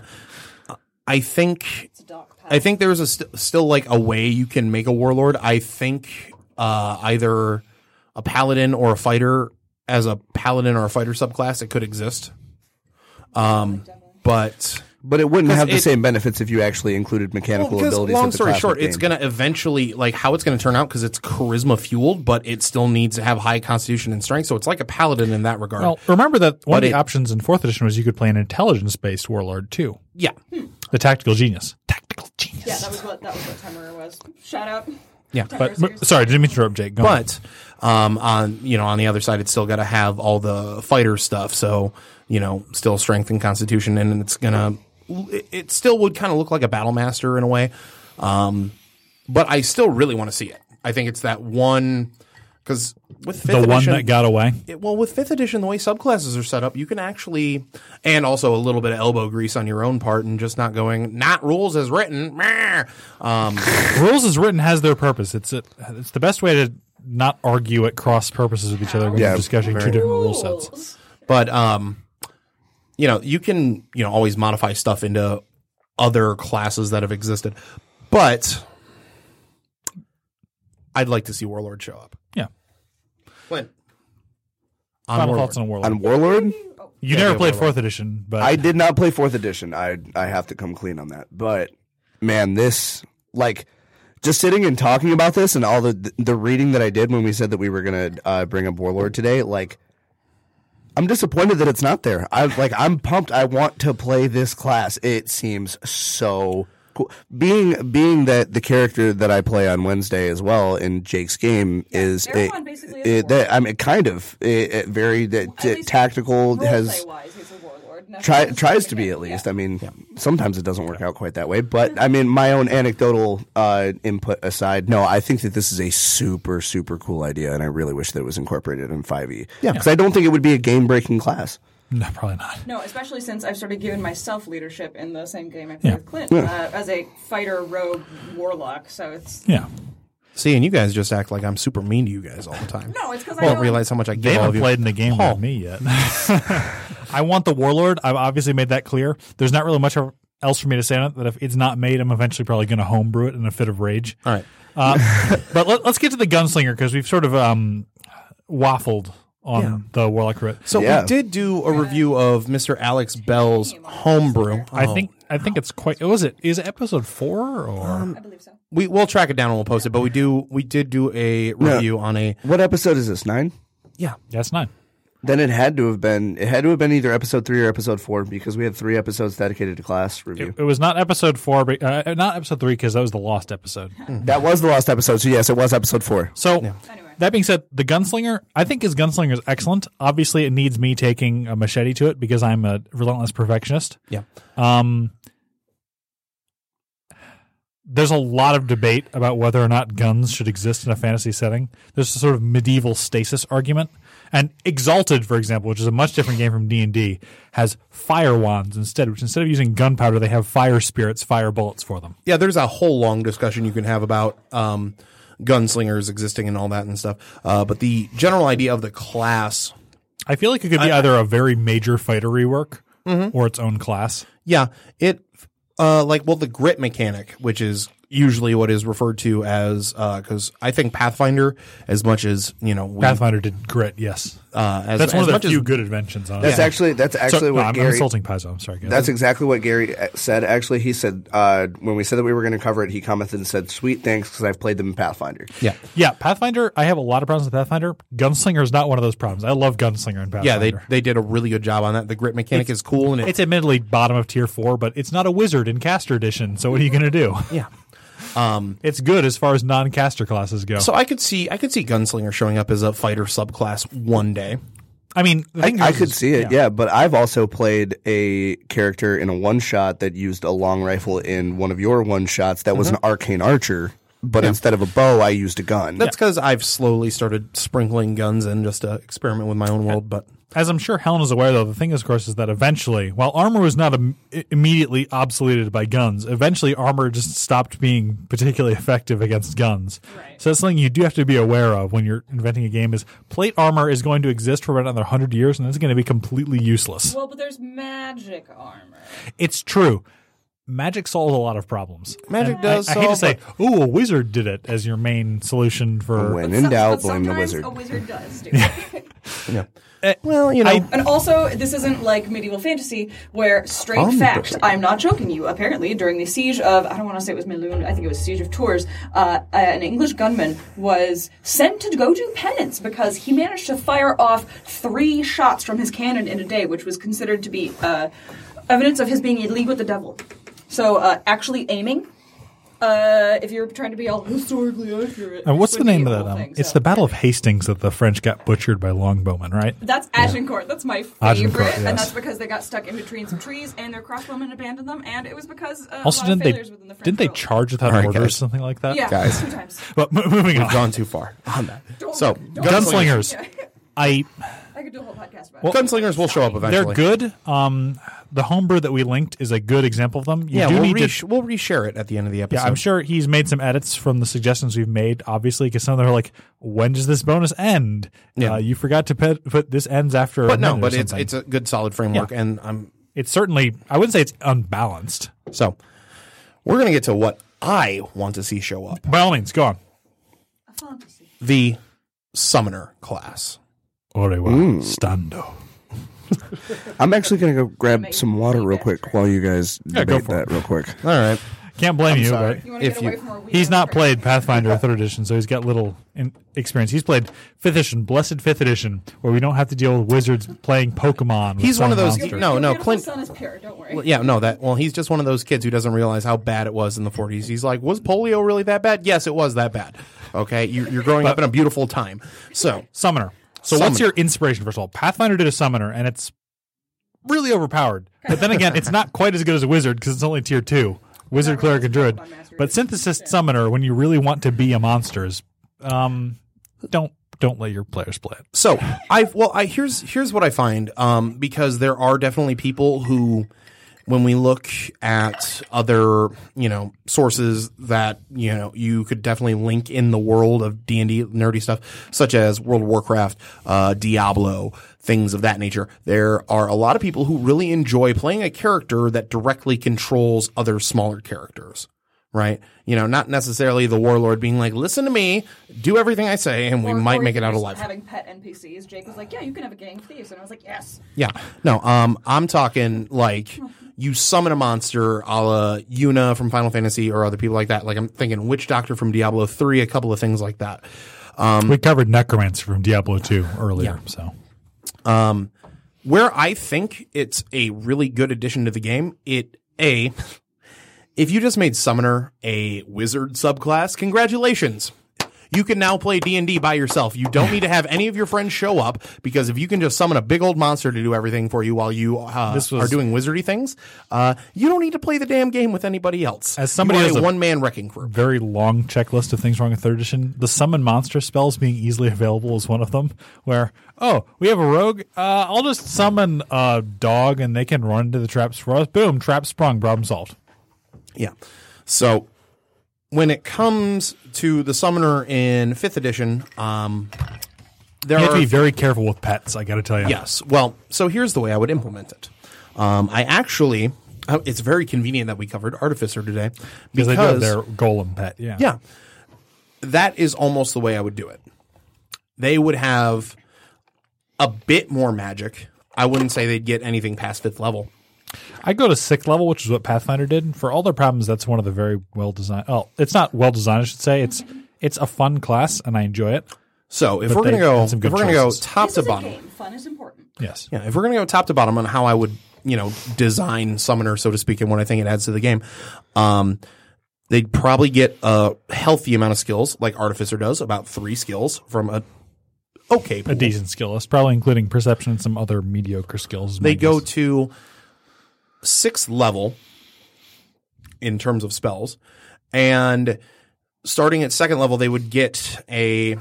Speaker 1: I think
Speaker 4: It's a dark path.
Speaker 1: I think there's a st- still like a way you can make a warlord. I think uh, either a paladin or a fighter as a paladin or a fighter subclass, it could exist. Um, but
Speaker 3: But it wouldn't have the
Speaker 1: it-
Speaker 3: same benefits if you actually included mechanical
Speaker 1: because
Speaker 3: abilities.
Speaker 1: long
Speaker 3: at the
Speaker 1: story
Speaker 3: top of
Speaker 1: short,
Speaker 3: the
Speaker 1: it's
Speaker 3: game.
Speaker 1: going to eventually like how it's going to turn out because it's charisma fueled, but it still needs to have high constitution and strength. So it's like a paladin in that regard.
Speaker 2: Well, remember that one
Speaker 1: But
Speaker 2: of the
Speaker 1: it-
Speaker 2: options in fourth edition was you could play an intelligence based warlord too,
Speaker 1: yeah,
Speaker 2: the tactical genius. Tactical genius.
Speaker 4: yeah, that was what that was what Temerer was. Shout out.
Speaker 1: yeah.
Speaker 2: But m- sorry, didn't mean to interrupt, Jake. Go on.
Speaker 1: But um, on you know on the other side, it's still got to have all the fighter stuff. So you know, still strength and constitution, and it's gonna it- it still would kind of look like a battle master in a way. Um, but I still really want to see it. I think it's that one because with fifth
Speaker 2: the one
Speaker 1: edition,
Speaker 2: that got away.
Speaker 1: it- well with fifth edition the way subclasses are set up you can actually and also a little bit of elbow grease on your own part and just not going not rules as written meh." um,
Speaker 2: rules as written has their purpose. It's a, it's the best way to not argue at cross purposes with each other when
Speaker 3: Yeah,
Speaker 2: you're discussing two different rule sets.
Speaker 1: but um you know you can you know always modify stuff into other classes that have existed but i'd like to see warlord show up
Speaker 2: Yeah.
Speaker 1: when
Speaker 2: Final thoughts on Warlord.
Speaker 3: on warlord.
Speaker 2: You never played fourth edition, but
Speaker 3: I did not play fourth edition. I I have to come clean on that. But man, this like just sitting and talking about this and all the the reading that I did when we said that we were gonna uh, bring up Warlord today, like I'm disappointed that it's not there. I like I'm pumped. I want to play this class. It seems so cool. Being being that the character that I play on Wednesday as well in Jake's game is
Speaker 4: they're
Speaker 3: a-
Speaker 4: on basically a
Speaker 3: it, that,
Speaker 4: warlord.
Speaker 3: I mean kind of it, it very that
Speaker 4: At least
Speaker 3: tactical has
Speaker 4: Wise, he's a warlord. and that's
Speaker 3: try,
Speaker 4: what he's
Speaker 3: tries
Speaker 4: doing
Speaker 3: to be
Speaker 4: it.
Speaker 3: at least.
Speaker 4: Yeah.
Speaker 3: I mean, sometimes it doesn't work out quite that way. But I mean, my own anecdotal uh, input aside, no, I think that this is a super, super cool idea, and I really wish that it was incorporated in 5e. Yeah, because I don't think it would be a game breaking class.
Speaker 2: no, probably not.
Speaker 4: No, especially since I've started giving myself leadership in the same game I played
Speaker 2: Yeah.
Speaker 4: with Clint uh, as a fighter rogue warlock. So it's
Speaker 2: Yeah,
Speaker 1: See, and you guys just act like I'm super mean to you guys all the time.
Speaker 4: no, it's because
Speaker 1: I
Speaker 4: I
Speaker 1: don't
Speaker 4: don't
Speaker 1: realize how much I
Speaker 2: they
Speaker 1: give all of
Speaker 2: haven't
Speaker 1: you.
Speaker 2: played in a game with me yet. I want the warlord. I've obviously made that clear. There's not really much else for me to say on it. That if it's not made, I'm eventually probably going to homebrew it in a fit of rage.
Speaker 1: All right.
Speaker 2: Uh, but let, us get to the gunslinger because we've sort of um, waffled on
Speaker 1: Yeah.
Speaker 2: the warlock route.
Speaker 1: So
Speaker 3: Yeah.
Speaker 1: we did do a review of Mr. Alex Bell's homebrew.
Speaker 2: I
Speaker 1: Oh.
Speaker 2: think I think it's quite. What was it? Is it episode four or
Speaker 4: I
Speaker 1: Um,
Speaker 4: believe so.
Speaker 1: we we'll track it down and we'll post it. But we do we did do a review on a
Speaker 3: What episode is this? Nine?
Speaker 1: yeah.
Speaker 2: yes nine?
Speaker 3: Then it had to have been. It had to have been either episode three or episode four because we had three episodes dedicated to class review.
Speaker 2: It was not episode four, but uh, not episode three because that was the lost episode.
Speaker 1: Hmm.
Speaker 3: that was the last episode, so yes, it was episode four.
Speaker 2: So
Speaker 4: Anyway.
Speaker 2: that being said, the gunslinger, I think his gunslinger is excellent. Obviously, it needs me taking a machete to it because I'm a relentless perfectionist.
Speaker 1: Yeah.
Speaker 2: Um, there's a lot of debate about whether or not guns should exist in a fantasy setting. There's a sort of medieval stasis argument, and Exalted, for example, which is a much different game from D and D, has fire wands instead, which instead of using gunpowder, they have fire spirits, fire bullets for them.
Speaker 1: Yeah, there's a whole long discussion you can have about um, gunslingers existing and all that and stuff. Uh, but the general idea of the class,
Speaker 2: I feel like it could be either a very major fighter rework
Speaker 1: Mm-hmm.
Speaker 2: or its own class.
Speaker 1: yeah, it uh, like well the grit mechanic, which is usually what is referred to as because I think Pathfinder, as much as you know, we,
Speaker 2: Pathfinder did grit, yes.
Speaker 1: uh, as,
Speaker 2: That's
Speaker 1: as
Speaker 2: one of
Speaker 1: much
Speaker 2: the
Speaker 1: as
Speaker 2: few good inventions. Honestly.
Speaker 3: That's actually that's actually
Speaker 2: So- no,
Speaker 3: what
Speaker 2: I'm, I'm
Speaker 3: Gary.
Speaker 2: insulting Paizo. I'm sorry, guys.
Speaker 3: That's exactly what Gary uh, said. Actually, he said uh, when we said that we were going to cover it, he commented and said, "Sweet, thanks," because I've played them in Pathfinder.
Speaker 1: yeah.
Speaker 2: yeah, Pathfinder. I have a lot of problems with Pathfinder. Gunslinger is not one of those problems. I love Gunslinger and Pathfinder.
Speaker 1: Yeah, they they did a really good job on that. The grit mechanic is cool, and it,
Speaker 2: It's admittedly bottom of tier four, but it's not a wizard in caster edition. So what are you going to do? Um,
Speaker 1: yeah.
Speaker 2: it's good as far as non-caster classes go.
Speaker 1: So I could see I could see gunslinger showing up as a fighter subclass one day.
Speaker 2: I mean, the
Speaker 3: I,
Speaker 2: thing
Speaker 3: I
Speaker 2: is-
Speaker 3: could see it, yeah. But I've also played a character in a one shot that used a long rifle in one of your one shots that was an arcane archer, but instead of a bow, I used a gun.
Speaker 1: That's because I've slowly started sprinkling guns in just to experiment with my own world. But
Speaker 2: As I'm sure Helen is aware, though, the thing is, of course, is that eventually, while armor was not im- immediately obsoleted by guns, eventually armor just stopped being particularly effective against guns.
Speaker 4: Right.
Speaker 2: So that's something you do have to be aware of when you're inventing a game. Is plate armor is going to exist for about another hundred years, and it's going to be completely useless.
Speaker 4: Well, but there's magic armor.
Speaker 2: It's true. Magic solves a lot of problems.
Speaker 1: Magic
Speaker 2: And
Speaker 1: does
Speaker 2: I, I hate to
Speaker 1: solve
Speaker 2: say, "Ooh, a wizard did it" as your main solution for
Speaker 3: when
Speaker 4: Some-
Speaker 3: in doubt,
Speaker 4: but
Speaker 3: blame the
Speaker 4: sometimes
Speaker 3: wizard.
Speaker 4: A wizard does do it.
Speaker 1: well, you know,
Speaker 2: Uh, I-
Speaker 4: and also, this isn't like medieval fantasy where straight fact. I'm not joking you. Apparently, during the siege of I don't want to say it was Melun. I think it was siege of Tours. Uh, an English gunman was sent to go do penance because he managed to fire off three shots from his cannon in a day, which was considered to be uh, evidence of his being in league with the devil. So, uh, actually aiming. Uh, if you're trying to be all historically accurate,
Speaker 2: And what's
Speaker 4: would
Speaker 2: the
Speaker 4: be
Speaker 2: name of
Speaker 4: a
Speaker 2: that?
Speaker 4: whole
Speaker 2: Um,
Speaker 4: thing,
Speaker 2: it's
Speaker 4: so-
Speaker 2: the Battle of Hastings that the French got butchered by longbowmen, right?
Speaker 4: That's Agincourt. That's my favorite,
Speaker 2: Agincourt, yes.
Speaker 4: and that's because they got stuck in between some trees, and their crossbowmen abandoned them, and it was because uh,
Speaker 2: Also,
Speaker 4: a lot of
Speaker 2: didn't they
Speaker 4: failures within the French
Speaker 2: didn't they
Speaker 4: world.
Speaker 2: charge without
Speaker 1: right,
Speaker 2: orders or
Speaker 1: guys.
Speaker 2: something like that?
Speaker 4: Yeah,
Speaker 1: Guys.
Speaker 4: two times.
Speaker 2: But mo- moving on,
Speaker 1: gone too far on that.
Speaker 4: Don't
Speaker 1: So
Speaker 4: look- don't
Speaker 1: gunslingers,
Speaker 2: gunslingers. I
Speaker 4: I could do a whole podcast about it.
Speaker 1: gunslingers will show up eventually.
Speaker 2: they're good. Um, the homebrew that we linked is a good example of them. You
Speaker 1: Yeah,
Speaker 2: do
Speaker 1: we'll,
Speaker 2: need to-
Speaker 1: resh- we'll reshare it at the end of the episode.
Speaker 2: yeah, I'm sure he's made some edits from the suggestions we've made, obviously, because some of them are like, when does this bonus end?
Speaker 1: Yeah.
Speaker 2: Uh, you forgot to put, put this ends after.
Speaker 1: but no,
Speaker 2: minute or
Speaker 1: but it's
Speaker 2: something.
Speaker 1: it's a good solid framework,
Speaker 2: Yeah.
Speaker 1: and I'm
Speaker 2: it's certainly, I wouldn't say it's unbalanced.
Speaker 1: so we're gonna get to what I want to see show up
Speaker 2: By all means, go on.
Speaker 4: A fantasy.
Speaker 1: the summoner class.
Speaker 2: Orewa, stando.
Speaker 3: I'm actually going to go grab some water real quick while you guys debate
Speaker 2: for
Speaker 3: that real quick.
Speaker 1: All right.
Speaker 2: Can't blame you,
Speaker 1: sorry.
Speaker 4: You
Speaker 2: but
Speaker 4: want to
Speaker 1: If
Speaker 4: get
Speaker 1: you-
Speaker 4: away from our weird
Speaker 2: he's not
Speaker 4: friends.
Speaker 2: played Pathfinder Third Edition, so he's got little in- experience. He's played Fifth Edition, Blessed Fifth Edition, where we don't have to deal with wizards playing Pokemon. with
Speaker 1: He's
Speaker 2: some
Speaker 1: one of those-
Speaker 2: monster.
Speaker 1: No,
Speaker 4: Your
Speaker 1: no,
Speaker 4: beautiful
Speaker 1: Clint-
Speaker 4: Son is pure. Don't worry.
Speaker 1: Well, yeah, no, that well, he's just one of those kids who doesn't realize how bad it was in the 40s. He's like, was polio really that bad? Yes, it was that bad. Okay, you're, you're growing up in a beautiful time. So
Speaker 2: Summoner. So what's
Speaker 1: Summoner.
Speaker 2: your inspiration first of all? Pathfinder did a summoner, and it's really overpowered. But then again, it's not quite as good as a wizard because it's only tier two. Wizard, cleric, and druid.
Speaker 4: Pokemon Master
Speaker 2: But
Speaker 4: is-
Speaker 2: synthesis summoner, when you really want to be a monster, is um, don't don't let your players play it.
Speaker 1: so I well I here's here's what I find um, because there are definitely people who when we look at other you know sources that you know you could definitely link in the world of D and D nerdy stuff such as World of Warcraft, uh, Diablo, things of that nature. There are a lot of people who really enjoy playing a character that directly controls other smaller characters right? You know, not necessarily the warlord being like, "Listen to me, do everything I say, and we
Speaker 4: Or-
Speaker 1: might
Speaker 4: or
Speaker 1: make it
Speaker 4: even
Speaker 1: out
Speaker 4: just
Speaker 1: alive."
Speaker 4: Having pet NPCs, Jake was like, "Yeah, you can have a gang of thieves," and I was like, "Yes."
Speaker 1: Yeah, no, um, I'm talking like you summon a monster, a la Yuna from Final Fantasy, or other people like that. Like I'm thinking Witch Doctor from Diablo three, a couple of things like that.
Speaker 2: we covered necromancer from Diablo two earlier, so
Speaker 1: Where I think it's a really good addition to the game, it a if you just made summoner a wizard subclass, congratulations. You can now play D&D by yourself. You don't need to have any of your friends show up because if you can just summon a big old monster to do everything for you while you uh,
Speaker 2: This was-
Speaker 1: are doing wizardy things, uh, you don't need to play the damn game with anybody else.
Speaker 2: As somebody
Speaker 1: You are
Speaker 2: who's
Speaker 1: a
Speaker 2: a-
Speaker 1: one-man wrecking crew.
Speaker 2: very long checklist of things wrong with third edition. The summon monster spells being easily available is one of them. Where oh, we have a rogue. Uh, I'll just summon a dog, and they can run into the traps for us. Boom, trap sprung. Problem solved.
Speaker 1: Yeah. So when it comes to the summoner in 5th edition, um there
Speaker 2: You
Speaker 1: are
Speaker 2: have to be very careful with pets. I got to tell you.
Speaker 1: Yes. Well, so here's the way I would implement it. Um, I actually, uh, it's very convenient that we covered Artificer today
Speaker 2: because they do have
Speaker 1: because
Speaker 2: their golem pet. Yeah,
Speaker 1: yeah, that is almost the way I would do it. They would have a bit more magic. I wouldn't say they'd get anything past fifth level.
Speaker 2: I go to sixth level, which is what Pathfinder did. For all their problems, that's one of the very well designed. Oh, it's not well designed. I should say it's it's a fun class, and I enjoy it.
Speaker 1: So if
Speaker 2: But
Speaker 1: we're gonna
Speaker 2: they
Speaker 1: go,
Speaker 2: had
Speaker 1: if
Speaker 2: some
Speaker 1: we're
Speaker 2: good
Speaker 1: gonna go
Speaker 2: choices.
Speaker 1: top
Speaker 4: This
Speaker 1: to
Speaker 4: is a
Speaker 1: bottom,
Speaker 4: game. Fun is important.
Speaker 2: Yes.
Speaker 1: Yeah, if we're gonna go top to bottom on how I would, you know, design Summoner, so to speak, and what I think it adds to the game, um, they'd probably get a healthy amount of skills, like Artificer does, about three skills from a okay pool.
Speaker 2: A decent skill list, probably including perception and some other mediocre skills. is my
Speaker 1: They go
Speaker 2: guess.
Speaker 1: to sixth level in terms of spells, and starting at second level, they would get a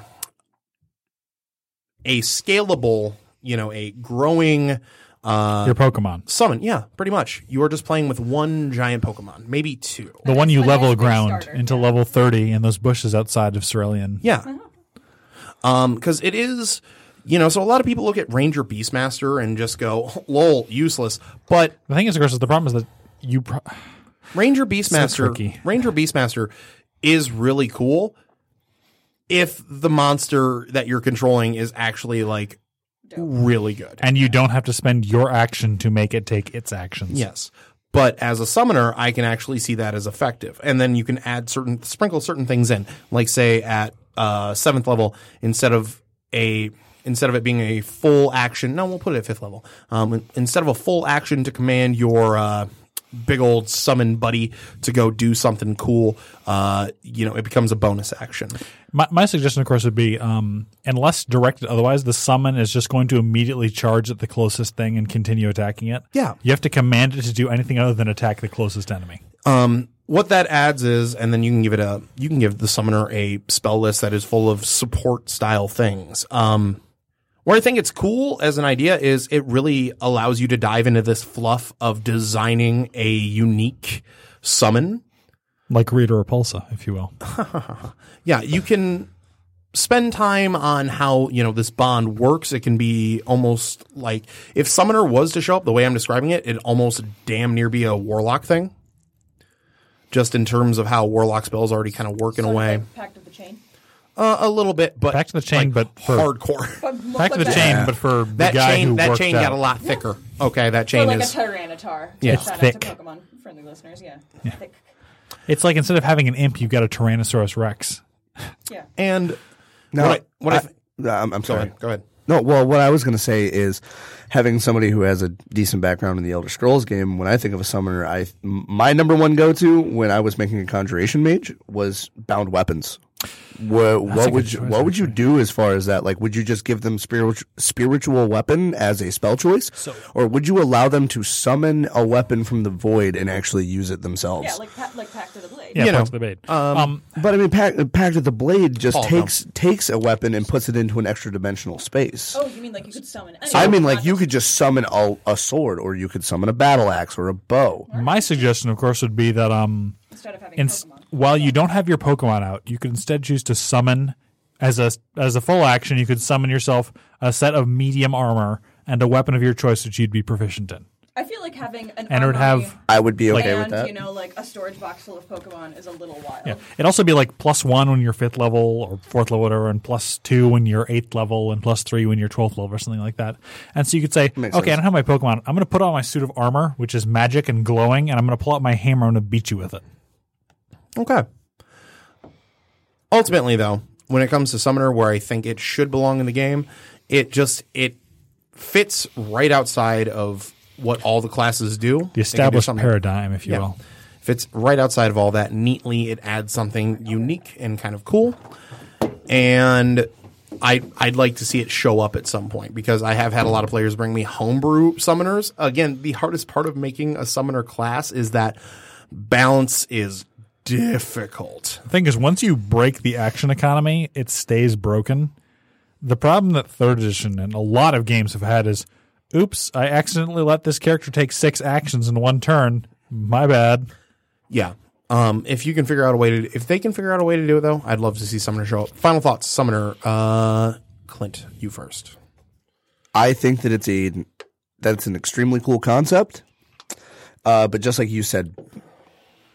Speaker 1: a scalable, you know, a growing. Uh,
Speaker 2: your Pokemon,
Speaker 1: Summon, yeah, pretty much. You are just playing with one giant Pokemon, maybe two.
Speaker 2: the one you
Speaker 4: my
Speaker 2: level
Speaker 4: next big
Speaker 2: ground
Speaker 4: starter.
Speaker 2: into level thirty in those bushes outside of Cerulean.
Speaker 1: Yeah. Um, because it is, you know, so a lot of people look at Ranger Beastmaster and just go, lol, useless. But
Speaker 2: The thing is, of course, is the problem is that you. Pro-
Speaker 1: Ranger
Speaker 2: tricky.
Speaker 1: Beastmaster, Ranger Beastmaster is really cool if the monster that you're controlling is actually like really good.
Speaker 2: and you don't have to spend your action to make it take its actions.
Speaker 1: Yes. But as a summoner, I can actually see that as effective. And then you can add certain, sprinkle certain things in. Like say at uh, seventh level, instead of a, instead of it being a full action, no, we'll put it at fifth level. Um, in- instead of a full action to command your, uh, big old summon buddy to go do something cool, uh, you know, it becomes a bonus action.
Speaker 2: My, my suggestion, of course, would be um, unless directed otherwise, the summon is just going to immediately charge at the closest thing and continue attacking it.
Speaker 1: Yeah.
Speaker 2: You have to command it to do anything other than attack the closest enemy.
Speaker 1: Um, what that adds is, and then you can give it a, you can give the summoner a spell list that is full of support style things. Um, where I think it's cool as an idea is it really allows you to dive into this fluff of designing a unique summon.
Speaker 2: Like Rita Repulsa, if you will.
Speaker 1: Yeah, you can spend time on how, you know, this bond works. It can be almost like if summoner was to show up the way I'm describing it, it'd almost damn near be a warlock thing. Just in terms of how warlock spells already kind of work in a
Speaker 4: Sort of
Speaker 1: way.
Speaker 4: like Pact of the Chain.
Speaker 1: Uh, a little bit, but
Speaker 2: Back to the chain,
Speaker 1: like,
Speaker 2: but for-
Speaker 1: hardcore.
Speaker 4: But more
Speaker 2: Back to the
Speaker 4: like
Speaker 2: chain,
Speaker 4: a-
Speaker 2: but for the
Speaker 1: that
Speaker 2: guy who
Speaker 1: chain, that
Speaker 2: worked
Speaker 1: chain
Speaker 2: out.
Speaker 1: got a lot thicker. Okay, that
Speaker 4: Or
Speaker 1: chain
Speaker 4: like a
Speaker 1: is.
Speaker 4: Tyranitar.
Speaker 1: Yeah.
Speaker 4: Shout out to
Speaker 2: Thick.
Speaker 4: Pokemon friendly listeners. Yeah. Thick.
Speaker 2: It's like instead of having an imp, you've got a Tyrannosaurus Rex.
Speaker 4: Yeah.
Speaker 1: and
Speaker 3: No,
Speaker 1: what? I, what I,
Speaker 3: I- I'm, I'm
Speaker 1: go
Speaker 3: sorry.
Speaker 1: ahead. Go ahead.
Speaker 3: No, well, what I was going to say is having somebody who has a decent background in the Elder Scrolls game. When I think of a summoner, I m- my number one go to when I was making a conjuration mage was bound weapons. What, what would you, what would you do as far as that? Like, would you just give them spiritual spiritual weapon as a spell choice, or would you allow them to summon a weapon from the void and actually use it themselves?
Speaker 4: Yeah, like pa- like Pact of the Blade.
Speaker 2: Yeah,
Speaker 1: You
Speaker 2: parts
Speaker 1: know,
Speaker 2: of the blade. Um,
Speaker 3: but I mean, Pact, Pact of the Blade just
Speaker 1: Paul, no.
Speaker 3: takes takes a weapon and puts it into an extra dimensional space.
Speaker 4: Oh, you mean like you could summon?
Speaker 3: I
Speaker 4: anyone,
Speaker 3: mean,
Speaker 4: not
Speaker 3: like you
Speaker 4: just-
Speaker 3: could just summon a, a sword, or you could summon a battle axe or a bow.
Speaker 2: my suggestion, of course, would be that um,
Speaker 4: instead of having
Speaker 2: in,
Speaker 4: Pokemon.
Speaker 2: while you don't have your Pokemon out, you could instead choose to summon as a as a full action. You could summon yourself a set of medium armor and a weapon of your choice that you'd be proficient in,
Speaker 4: I feel like having an
Speaker 2: and it would
Speaker 4: armory
Speaker 2: have.
Speaker 3: I would be okay
Speaker 4: and
Speaker 3: with that.
Speaker 4: you know like a storage box full of Pokemon is a little wild.
Speaker 2: Yeah. It'd also be like plus one when you're fifth level or fourth level, whatever, and plus two when you're eighth level, and plus three when you're twelfth level, or something like that. And so you could say, okay, I don't have my Pokemon. I'm going to put on my suit of armor, which is magic and glowing, and I'm going to pull out my hammer and I'm gonna beat you with it.
Speaker 1: Okay. Ultimately, though, when it comes to Summoner, where I think it should belong in the game, it just it fits right outside of what all the classes do. It can
Speaker 2: The
Speaker 1: do
Speaker 2: established
Speaker 1: something-
Speaker 2: paradigm, if you
Speaker 1: Yeah.
Speaker 2: will.
Speaker 1: Fits right outside of all that neatly. It adds something unique and kind of cool. And I I'd like to see it show up at some point because I have had a lot of players bring me homebrew summoners. Again, the hardest part of making a summoner class is that balance is difficult.
Speaker 2: The thing is, once you break the action economy, it stays broken. The problem that third edition and a lot of games have had is, oops, I accidentally let this character take six actions in one turn. My bad.
Speaker 1: Yeah. Um, if you can figure out a way to, if they can figure out a way to do it though, I'd love to see Summoner show up. Final thoughts, Summoner. Uh, Clint, you first.
Speaker 3: I think that it's a that's an extremely cool concept. Uh, but just like you said,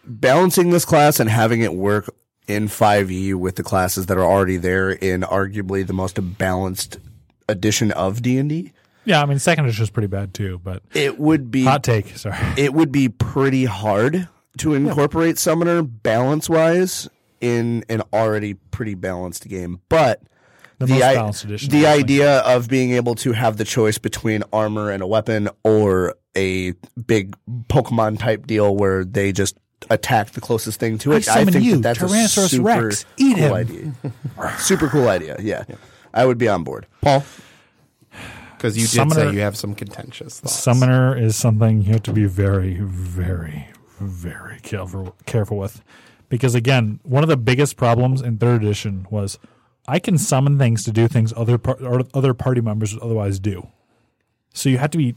Speaker 3: balancing this class and having it work in 5e with the classes that are already there in arguably the most balanced edition of D&D,
Speaker 2: Yeah, I mean, second edition is pretty bad too, but
Speaker 3: it would be
Speaker 2: hot take. Sorry.
Speaker 3: it would be pretty hard to incorporate summoner balance wise in an already pretty balanced game but the,
Speaker 2: most
Speaker 3: i-
Speaker 2: balanced edition,
Speaker 3: the
Speaker 2: definitely.
Speaker 3: idea of being able to have the choice between armor and a weapon or a big pokemon type deal where they just attack the closest thing to it i,
Speaker 2: summon
Speaker 3: think
Speaker 2: you,
Speaker 3: that that's a
Speaker 2: Tyrannosaurus
Speaker 3: super
Speaker 2: Rex. Eat
Speaker 3: cool
Speaker 2: him.
Speaker 3: idea super cool idea yeah i would be on board
Speaker 1: Paul. Because you did
Speaker 2: Summoner-
Speaker 1: say you have some contentious thoughts.
Speaker 2: Summoner is something you have to be very, very, very careful careful with, because again, one of the biggest problems in third edition was I can summon things to do things other par- or other party members would otherwise do. So you have to be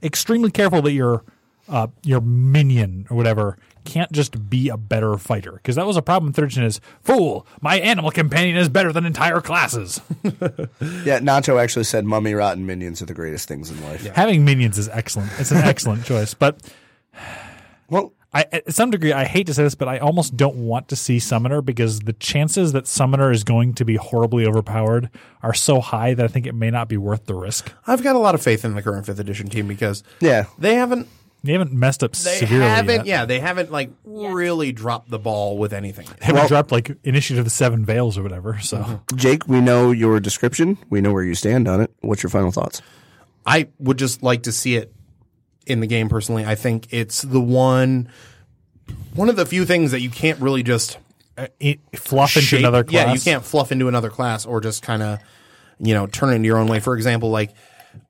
Speaker 2: extremely careful that your uh, your minion or whatever can't just be a better fighter because that was a problem in third edition. Is fool, my animal companion is better than entire classes.
Speaker 3: yeah nacho actually said mummy rotten minions are the greatest things in life
Speaker 2: Having minions is excellent. It's an excellent choice, but.
Speaker 3: well
Speaker 2: I, at some degree, I hate to say this, but I almost don't want to see Summoner because the chances that Summoner is going to be horribly overpowered are so high that I think it may not be worth the risk.
Speaker 1: I've got a lot of faith in the current fifth edition team because
Speaker 3: Yeah.
Speaker 1: they haven't
Speaker 2: They haven't messed up
Speaker 1: they
Speaker 2: severely.
Speaker 1: haven't
Speaker 2: yet.
Speaker 1: yeah they haven't like really dropped the ball with anything.
Speaker 2: They haven't dropped like Initiative of the Seven Veils or whatever. So
Speaker 1: Mm-hmm.
Speaker 3: Jake, we know your description. We know where you stand on it. What's your final thoughts?
Speaker 1: I would just like to see it in the game personally. I think it's the one one of the few things that you can't really just
Speaker 2: it e, fluff into
Speaker 1: shape-
Speaker 2: another class.
Speaker 1: Yeah, you can't fluff into another class or just kind of, you know, turn into your own way. For example, like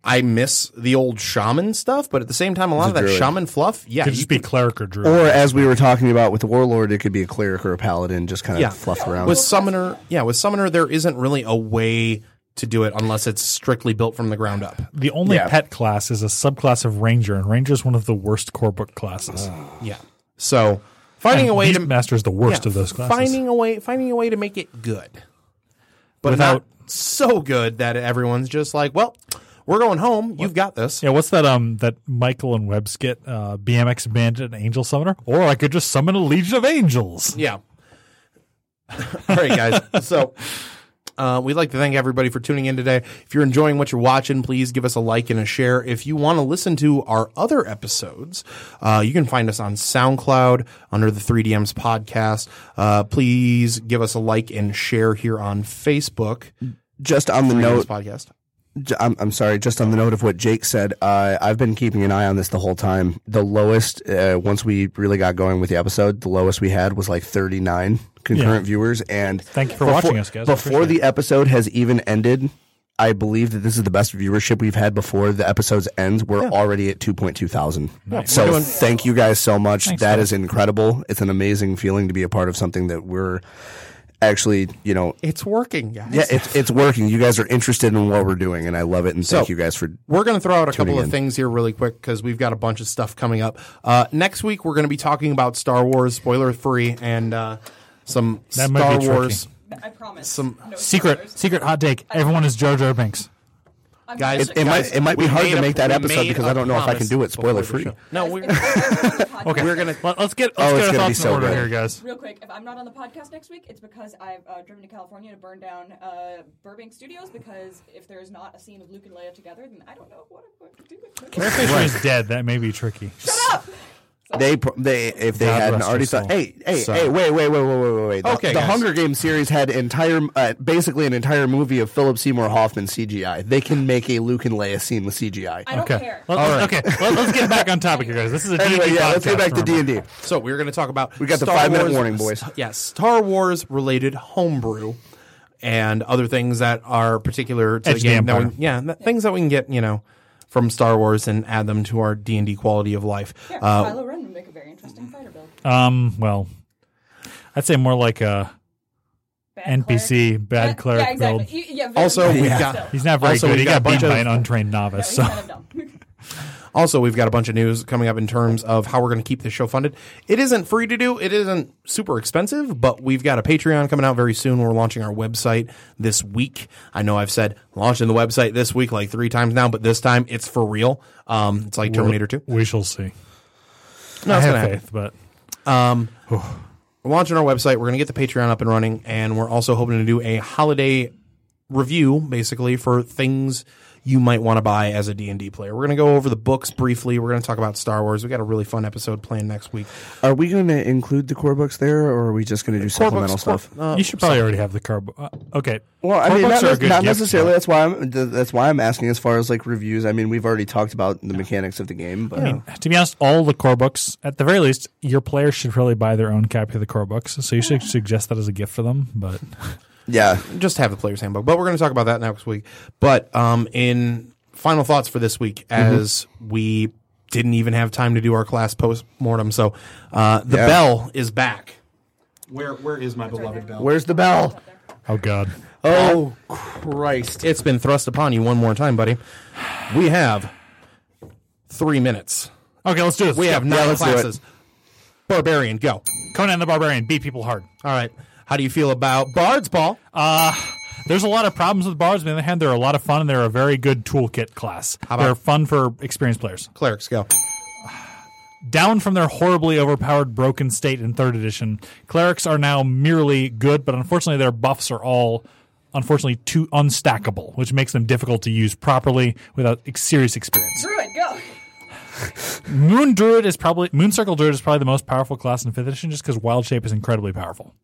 Speaker 1: I miss the old shaman stuff, but at the same time, a lot of that shaman fluff, yeah,
Speaker 2: Could
Speaker 1: you-
Speaker 2: just be cleric or druid.
Speaker 3: Or as we were talking about with the warlord, it could be a cleric or a paladin, just kind of
Speaker 1: yeah,
Speaker 3: fluff around.
Speaker 1: with summoner. Yeah, with summoner, there isn't really a way to do it unless it's strictly built from the ground up.
Speaker 2: the only
Speaker 3: Yeah.
Speaker 2: pet class is a subclass of Ranger, and Ranger is one of the worst core book classes.
Speaker 1: Yeah, so finding a way to
Speaker 2: Beastmaster is the worst
Speaker 1: yeah,
Speaker 2: of those classes.
Speaker 1: Finding a way, finding a way to make it good, but
Speaker 2: Without-
Speaker 1: not so good that everyone's just like, well, we're going home. You've got this.
Speaker 2: Yeah, what's that? Um, that Michael and Webb skit, uh, BMX Bandit and Angel Summoner, or I could just summon a legion of angels.
Speaker 1: Yeah. All right, guys. So uh, we'd like to thank everybody for tuning in today. If you're enjoying what you're watching, please give us a like and a share. If you want to listen to our other episodes, uh, you can find us on SoundCloud under the 3DMs podcast. Uh, please give us a like and share here on Facebook.
Speaker 3: Just on the
Speaker 1: 3DMs
Speaker 3: note,
Speaker 1: podcast.
Speaker 3: j- I'm, I'm sorry, just on the note of what Jake said, uh, I've been keeping an eye on this the whole time. The lowest, uh, once we really got going with the episode, the lowest we had was like 39 concurrent viewers. And
Speaker 2: Thank you for watching us, guys. I
Speaker 3: Before
Speaker 2: appreciate
Speaker 3: the episode has even ended, I believe that this is the best viewership we've had before the episode's ends. We're already at 2.2 thousand. So thank you guys so much. That is incredible. It's an amazing feeling to be a part of something that we're actually, you know,
Speaker 1: It's working, guys.
Speaker 3: yeah, it's it's working. You guys are interested in what we're doing, and I love it. And thank
Speaker 1: So-
Speaker 3: you guys for
Speaker 1: we're going to throw out a couple of
Speaker 3: in.
Speaker 1: things here really quick because we've got a bunch of stuff coming up. Uh, next week, we're going to be talking about Star Wars, spoiler free, and uh, some
Speaker 2: That might
Speaker 1: Star
Speaker 2: be tricky.
Speaker 1: Wars.
Speaker 4: I promise.
Speaker 1: Some-
Speaker 4: No
Speaker 2: Secret,
Speaker 4: spoilers.
Speaker 2: secret hot take. Everyone is JoJo Binks.
Speaker 4: I'm
Speaker 1: Guys,
Speaker 3: it might it might be
Speaker 1: we
Speaker 3: hard
Speaker 1: made
Speaker 3: to
Speaker 1: a-
Speaker 3: make that
Speaker 1: we
Speaker 3: episode
Speaker 1: made
Speaker 3: because
Speaker 1: a
Speaker 3: I don't know if I
Speaker 1: promise
Speaker 3: can do it spoiler
Speaker 1: before the
Speaker 3: free.
Speaker 1: show. No, we're
Speaker 4: okay.
Speaker 1: we're gonna.
Speaker 2: Let, us get let's
Speaker 3: Oh,
Speaker 2: get
Speaker 3: it's gonna
Speaker 2: our
Speaker 3: be
Speaker 2: thoughts
Speaker 3: so
Speaker 2: in order
Speaker 3: good.
Speaker 2: here, guys.
Speaker 4: Real quick, if I'm not on the podcast next week, it's because I've uh, driven to California to burn down uh, Burbank Studios. Because if there is not a scene of Luke and Leia together, then I don't know what I'm going to do with them.
Speaker 2: Clarification is dead. That may be tricky.
Speaker 3: They pro- they if they
Speaker 2: God
Speaker 3: hadn't
Speaker 2: rest her
Speaker 3: already
Speaker 2: soul.
Speaker 3: thought. Hey hey hey wait wait wait wait wait wait wait. The,
Speaker 1: Okay,
Speaker 3: the
Speaker 1: guys.
Speaker 3: Hunger Games series had entire uh, basically an entire movie of Philip Seymour Hoffman CGI. They can make a Luke and Leia scene with CGI.
Speaker 4: I don't
Speaker 2: Okay.
Speaker 4: care.
Speaker 2: Let,
Speaker 3: right.
Speaker 2: Okay. Let, us get back on topic here, guys. This is a
Speaker 3: Anyway,
Speaker 2: D&D
Speaker 3: yeah, let's
Speaker 2: podcast,
Speaker 3: get back to D
Speaker 2: remember.
Speaker 3: and D.
Speaker 1: So we're going to talk about. We
Speaker 3: got the five-minute warning, boys.
Speaker 1: Yeah, Star Wars related homebrew and other things that are particular to
Speaker 2: Edge
Speaker 1: the game.
Speaker 2: of the
Speaker 1: that we-
Speaker 2: Empire.
Speaker 1: yeah, that, things that we can get you know from Star Wars and add them to our D and D quality of life.
Speaker 4: Yeah,
Speaker 1: Uh,
Speaker 4: Kylo Ren would make a very interesting fighter build.
Speaker 2: Um. Well, I'd say more like uh, a
Speaker 4: Bad
Speaker 2: NPC bad
Speaker 4: Yeah,
Speaker 2: cleric
Speaker 4: yeah, exactly.
Speaker 2: build.
Speaker 4: Y- Yeah, very
Speaker 1: also,
Speaker 4: much
Speaker 1: we've
Speaker 4: so.
Speaker 1: got
Speaker 2: He's not very
Speaker 1: Also,
Speaker 2: good.
Speaker 1: we
Speaker 2: He
Speaker 1: got a
Speaker 2: got,
Speaker 1: bunch
Speaker 2: beat by
Speaker 1: of-
Speaker 2: an untrained novice.
Speaker 4: he's
Speaker 2: So.
Speaker 4: kind of dumb.
Speaker 1: Also, we've got a bunch of news coming up in terms of how we're going to keep the show funded. It isn't free to do. It isn't super expensive, but we've got a Patreon coming out very soon. We're launching our website this week. I know I've said launching the website this week like three times now, but this time it's for real. Um, it's like Terminator 2.
Speaker 2: We shall see.
Speaker 1: No,
Speaker 2: I
Speaker 1: it's going to
Speaker 2: have
Speaker 1: happen.
Speaker 2: faith, but
Speaker 1: We're launching our website. We're going to get the Patreon up and running, and we're also hoping to do a holiday review, basically for things you might want to buy as a D&D player. We're going to go over the books briefly. We're going to talk about Star Wars. We got a really fun episode planned next week.
Speaker 3: Are we going to include the core books there, or are we just going to do supplemental stuff?
Speaker 2: you should probably already have the carb. Uh, okay.
Speaker 3: Well, I
Speaker 2: Core
Speaker 3: mean,
Speaker 2: books
Speaker 3: not,
Speaker 2: are a
Speaker 3: nec-
Speaker 2: good
Speaker 3: not
Speaker 2: gift,
Speaker 3: necessarily.
Speaker 2: though.
Speaker 3: That's why I'm th- that's why I'm asking as far as like reviews. I mean, we've already talked about the mechanics of the game, but
Speaker 2: to be honest, all the core books, at the very least, your players should probably buy their own copy of the core books. So you should suggest that as a gift for them. But
Speaker 3: yeah,
Speaker 1: just have the player's handbook. But we're going to talk about that next week. But um, in final thoughts for this week,
Speaker 3: Mm-hmm.
Speaker 1: as we didn't even have time to do our class post mortem, so uh, the
Speaker 3: Yeah.
Speaker 1: bell is back. Where where is my beloved bell?
Speaker 3: where's the bell?
Speaker 2: oh god,
Speaker 3: Oh Christ!
Speaker 1: It's been thrust upon you one more time, buddy. We have three minutes.
Speaker 2: okay, let's do this.
Speaker 1: We have nine
Speaker 3: let's do it.
Speaker 1: classes. Barbarian, go.
Speaker 2: Conan the Barbarian beat people hard.
Speaker 1: All right. How do you feel about Bard's Ball?
Speaker 2: There's a lot of problems with bards, but on the other hand, they're a lot of fun and they're a very good toolkit class.
Speaker 1: about-
Speaker 2: they're fun for experienced players.
Speaker 1: Clerics, go.
Speaker 2: Down from their horribly overpowered broken state in third edition, clerics are now merely good, but unfortunately their buffs are all unfortunately too unstackable, which makes them difficult to use properly without ex- serious experience.
Speaker 4: Druid, go.
Speaker 2: Moon Druid is probably Moon Circle Druid is probably the most powerful class in fifth edition just because Wild Shape is incredibly powerful.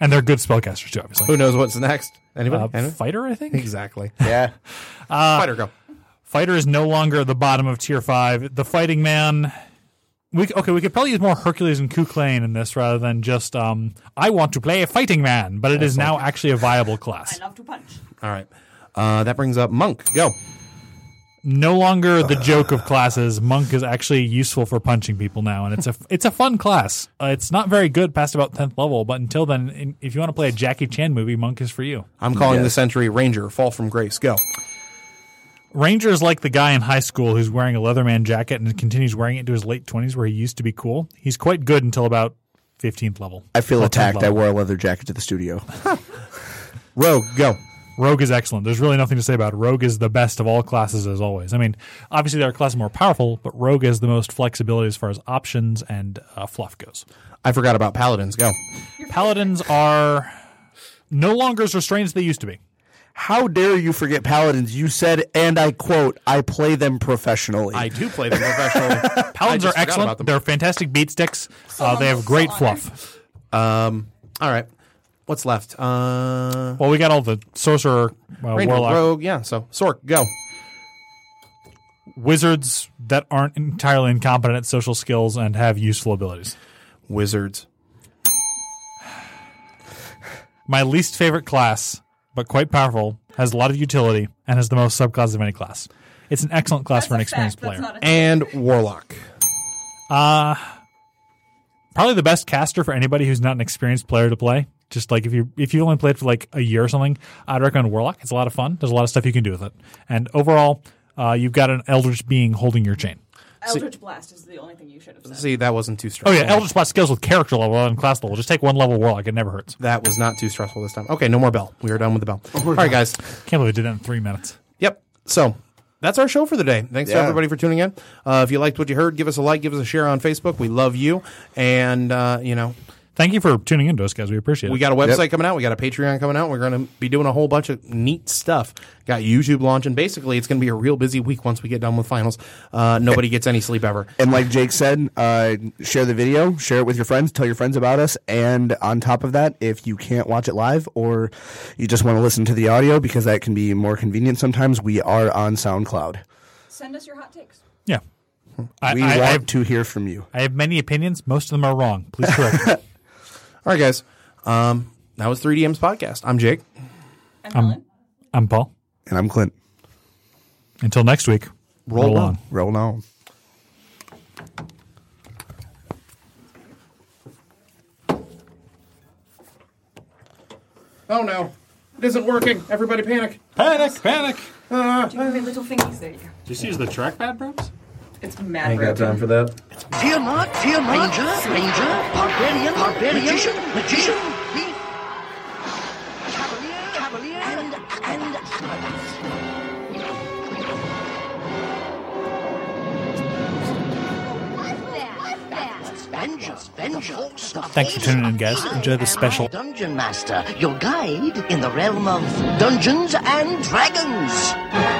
Speaker 2: And they're good spellcasters too,
Speaker 1: Who
Speaker 2: obviously.
Speaker 1: knows what's next? Anybody?
Speaker 2: Uh,
Speaker 1: Anybody?
Speaker 2: fighter, I think.
Speaker 1: Exactly.
Speaker 3: Yeah, Uh,
Speaker 1: Fighter, go.
Speaker 2: Fighter is no longer at the bottom of tier five. The fighting man. We, okay, we could probably use more Hercules and Kuklain in this rather than just um, I want to play a fighting man, but it is now actually a viable
Speaker 4: I
Speaker 2: class.
Speaker 4: love to punch.
Speaker 1: All right. Uh, that brings up Monk. Go.
Speaker 2: No longer the joke of classes. Monk is actually useful for punching people now, and it's a it's a fun class. Uh, it's not very good past about tenth level, but until then, in, if you want to play a Jackie Chan movie, Monk is for you.
Speaker 1: I'm calling the Century Ranger. Fall from grace. Go.
Speaker 2: Ranger is like the guy in high school who's wearing a Leatherman jacket and continues wearing it into his late 20s where he used to be cool. He's quite good until about 15th level.
Speaker 3: I feel
Speaker 2: Or 10th
Speaker 3: attacked. I
Speaker 2: level.
Speaker 3: wore a leather jacket to the studio.
Speaker 1: Rogue. Go.
Speaker 2: Rogue is excellent. There's really nothing to say about it. Rogue is the best of all classes as always. I mean, obviously there are classes more powerful, but Rogue has the most flexibility as far as options and uh, fluff goes.
Speaker 1: I forgot about paladins. Go.
Speaker 2: Paladins are no longer as restrained as they used to be.
Speaker 3: How dare you forget paladins? You said, and I quote, "I play them professionally."
Speaker 1: I do play them professionally.
Speaker 2: Paladins
Speaker 1: I
Speaker 2: are
Speaker 1: just forgot about
Speaker 2: excellent.
Speaker 1: them.
Speaker 2: They're fantastic beat sticks. Uh, they have great fluff.
Speaker 1: Um, all right. What's left? Uh,
Speaker 2: Well, we got all the sorcerer, uh,
Speaker 1: Ranger,
Speaker 2: warlock,
Speaker 1: Rogue. Yeah. So Sork, go.
Speaker 2: wizards that aren't entirely incompetent at social skills and have useful abilities.
Speaker 1: Wizards.
Speaker 2: My least favorite class, but quite powerful, has a lot of utility and has the most subclasses of any class. It's an excellent class for an experienced player.
Speaker 1: and warlock.
Speaker 2: Probably the best caster for anybody who's not an experienced player to play. Just like if you if you only played for like a year or something, I'd recommend Warlock. It's a lot of fun. There's a lot of stuff you can do with it. And overall, uh, you've got an Eldritch being holding your chain.
Speaker 4: Eldritch Blast is the only thing you should have said.
Speaker 1: See, that wasn't too
Speaker 2: Oh
Speaker 1: stressful.
Speaker 2: yeah, Eldritch Blast skills with character level and class level. Just take one level Warlock. It never hurts.
Speaker 1: That was not too stressful this time. Okay, no more bell. We are Oh, done with the bell. All right, guys.
Speaker 2: Can't believe I did that in three minutes.
Speaker 1: Yep. So that's our show for the day. Thanks to
Speaker 3: Yeah.
Speaker 1: everybody for tuning in. Uh, if you liked what you heard, give us a like, give us a share on Facebook. We love you. And, uh, you know,
Speaker 2: Thank you for tuning in to us, guys. We appreciate it.
Speaker 1: we got a website coming out. We got a Patreon coming out. We're going to be doing a whole bunch of neat stuff. Got YouTube launching. Basically, it's going to be a real busy week once we get done with finals. Uh, nobody gets any sleep ever.
Speaker 3: And like Jake said, uh, share the video, share it with your friends, tell your friends about us. And on top of that, if you can't watch it live or you just want to listen to the audio because that can be more convenient sometimes, we are on SoundCloud.
Speaker 4: Send us your hot takes.
Speaker 2: yeah. I,
Speaker 3: We
Speaker 2: I, I
Speaker 3: want
Speaker 2: have,
Speaker 3: to hear from you.
Speaker 2: I have many opinions. Most of them are wrong. Please correct. me.
Speaker 1: All right, guys. Um, that was 3DM's podcast. I'm Jake.
Speaker 4: I'm
Speaker 2: Um,
Speaker 4: Helen.
Speaker 2: I'm Paul.
Speaker 3: And I'm Clint.
Speaker 2: Until next week,
Speaker 1: Roll on.
Speaker 3: Roll on.
Speaker 1: Oh, no. It isn't working. Everybody panic.
Speaker 5: Panic, panic.
Speaker 4: Do you have your little thingies? There you go.
Speaker 5: Did you see the trackpad, perhaps?
Speaker 4: It's mad rotating.
Speaker 1: for that.
Speaker 6: Tiamat, Tiamat, Ranger, Ranger, Barbarian, Barbarian, Magician, Magician, Thief, Cavalier, Cavalier, and, and Avarice. Vengeance, vengeance.
Speaker 2: Thanks for tuning in, guys. Enjoy this special.
Speaker 6: Dungeon Master, your guide in the realm of Dungeons and Dragons.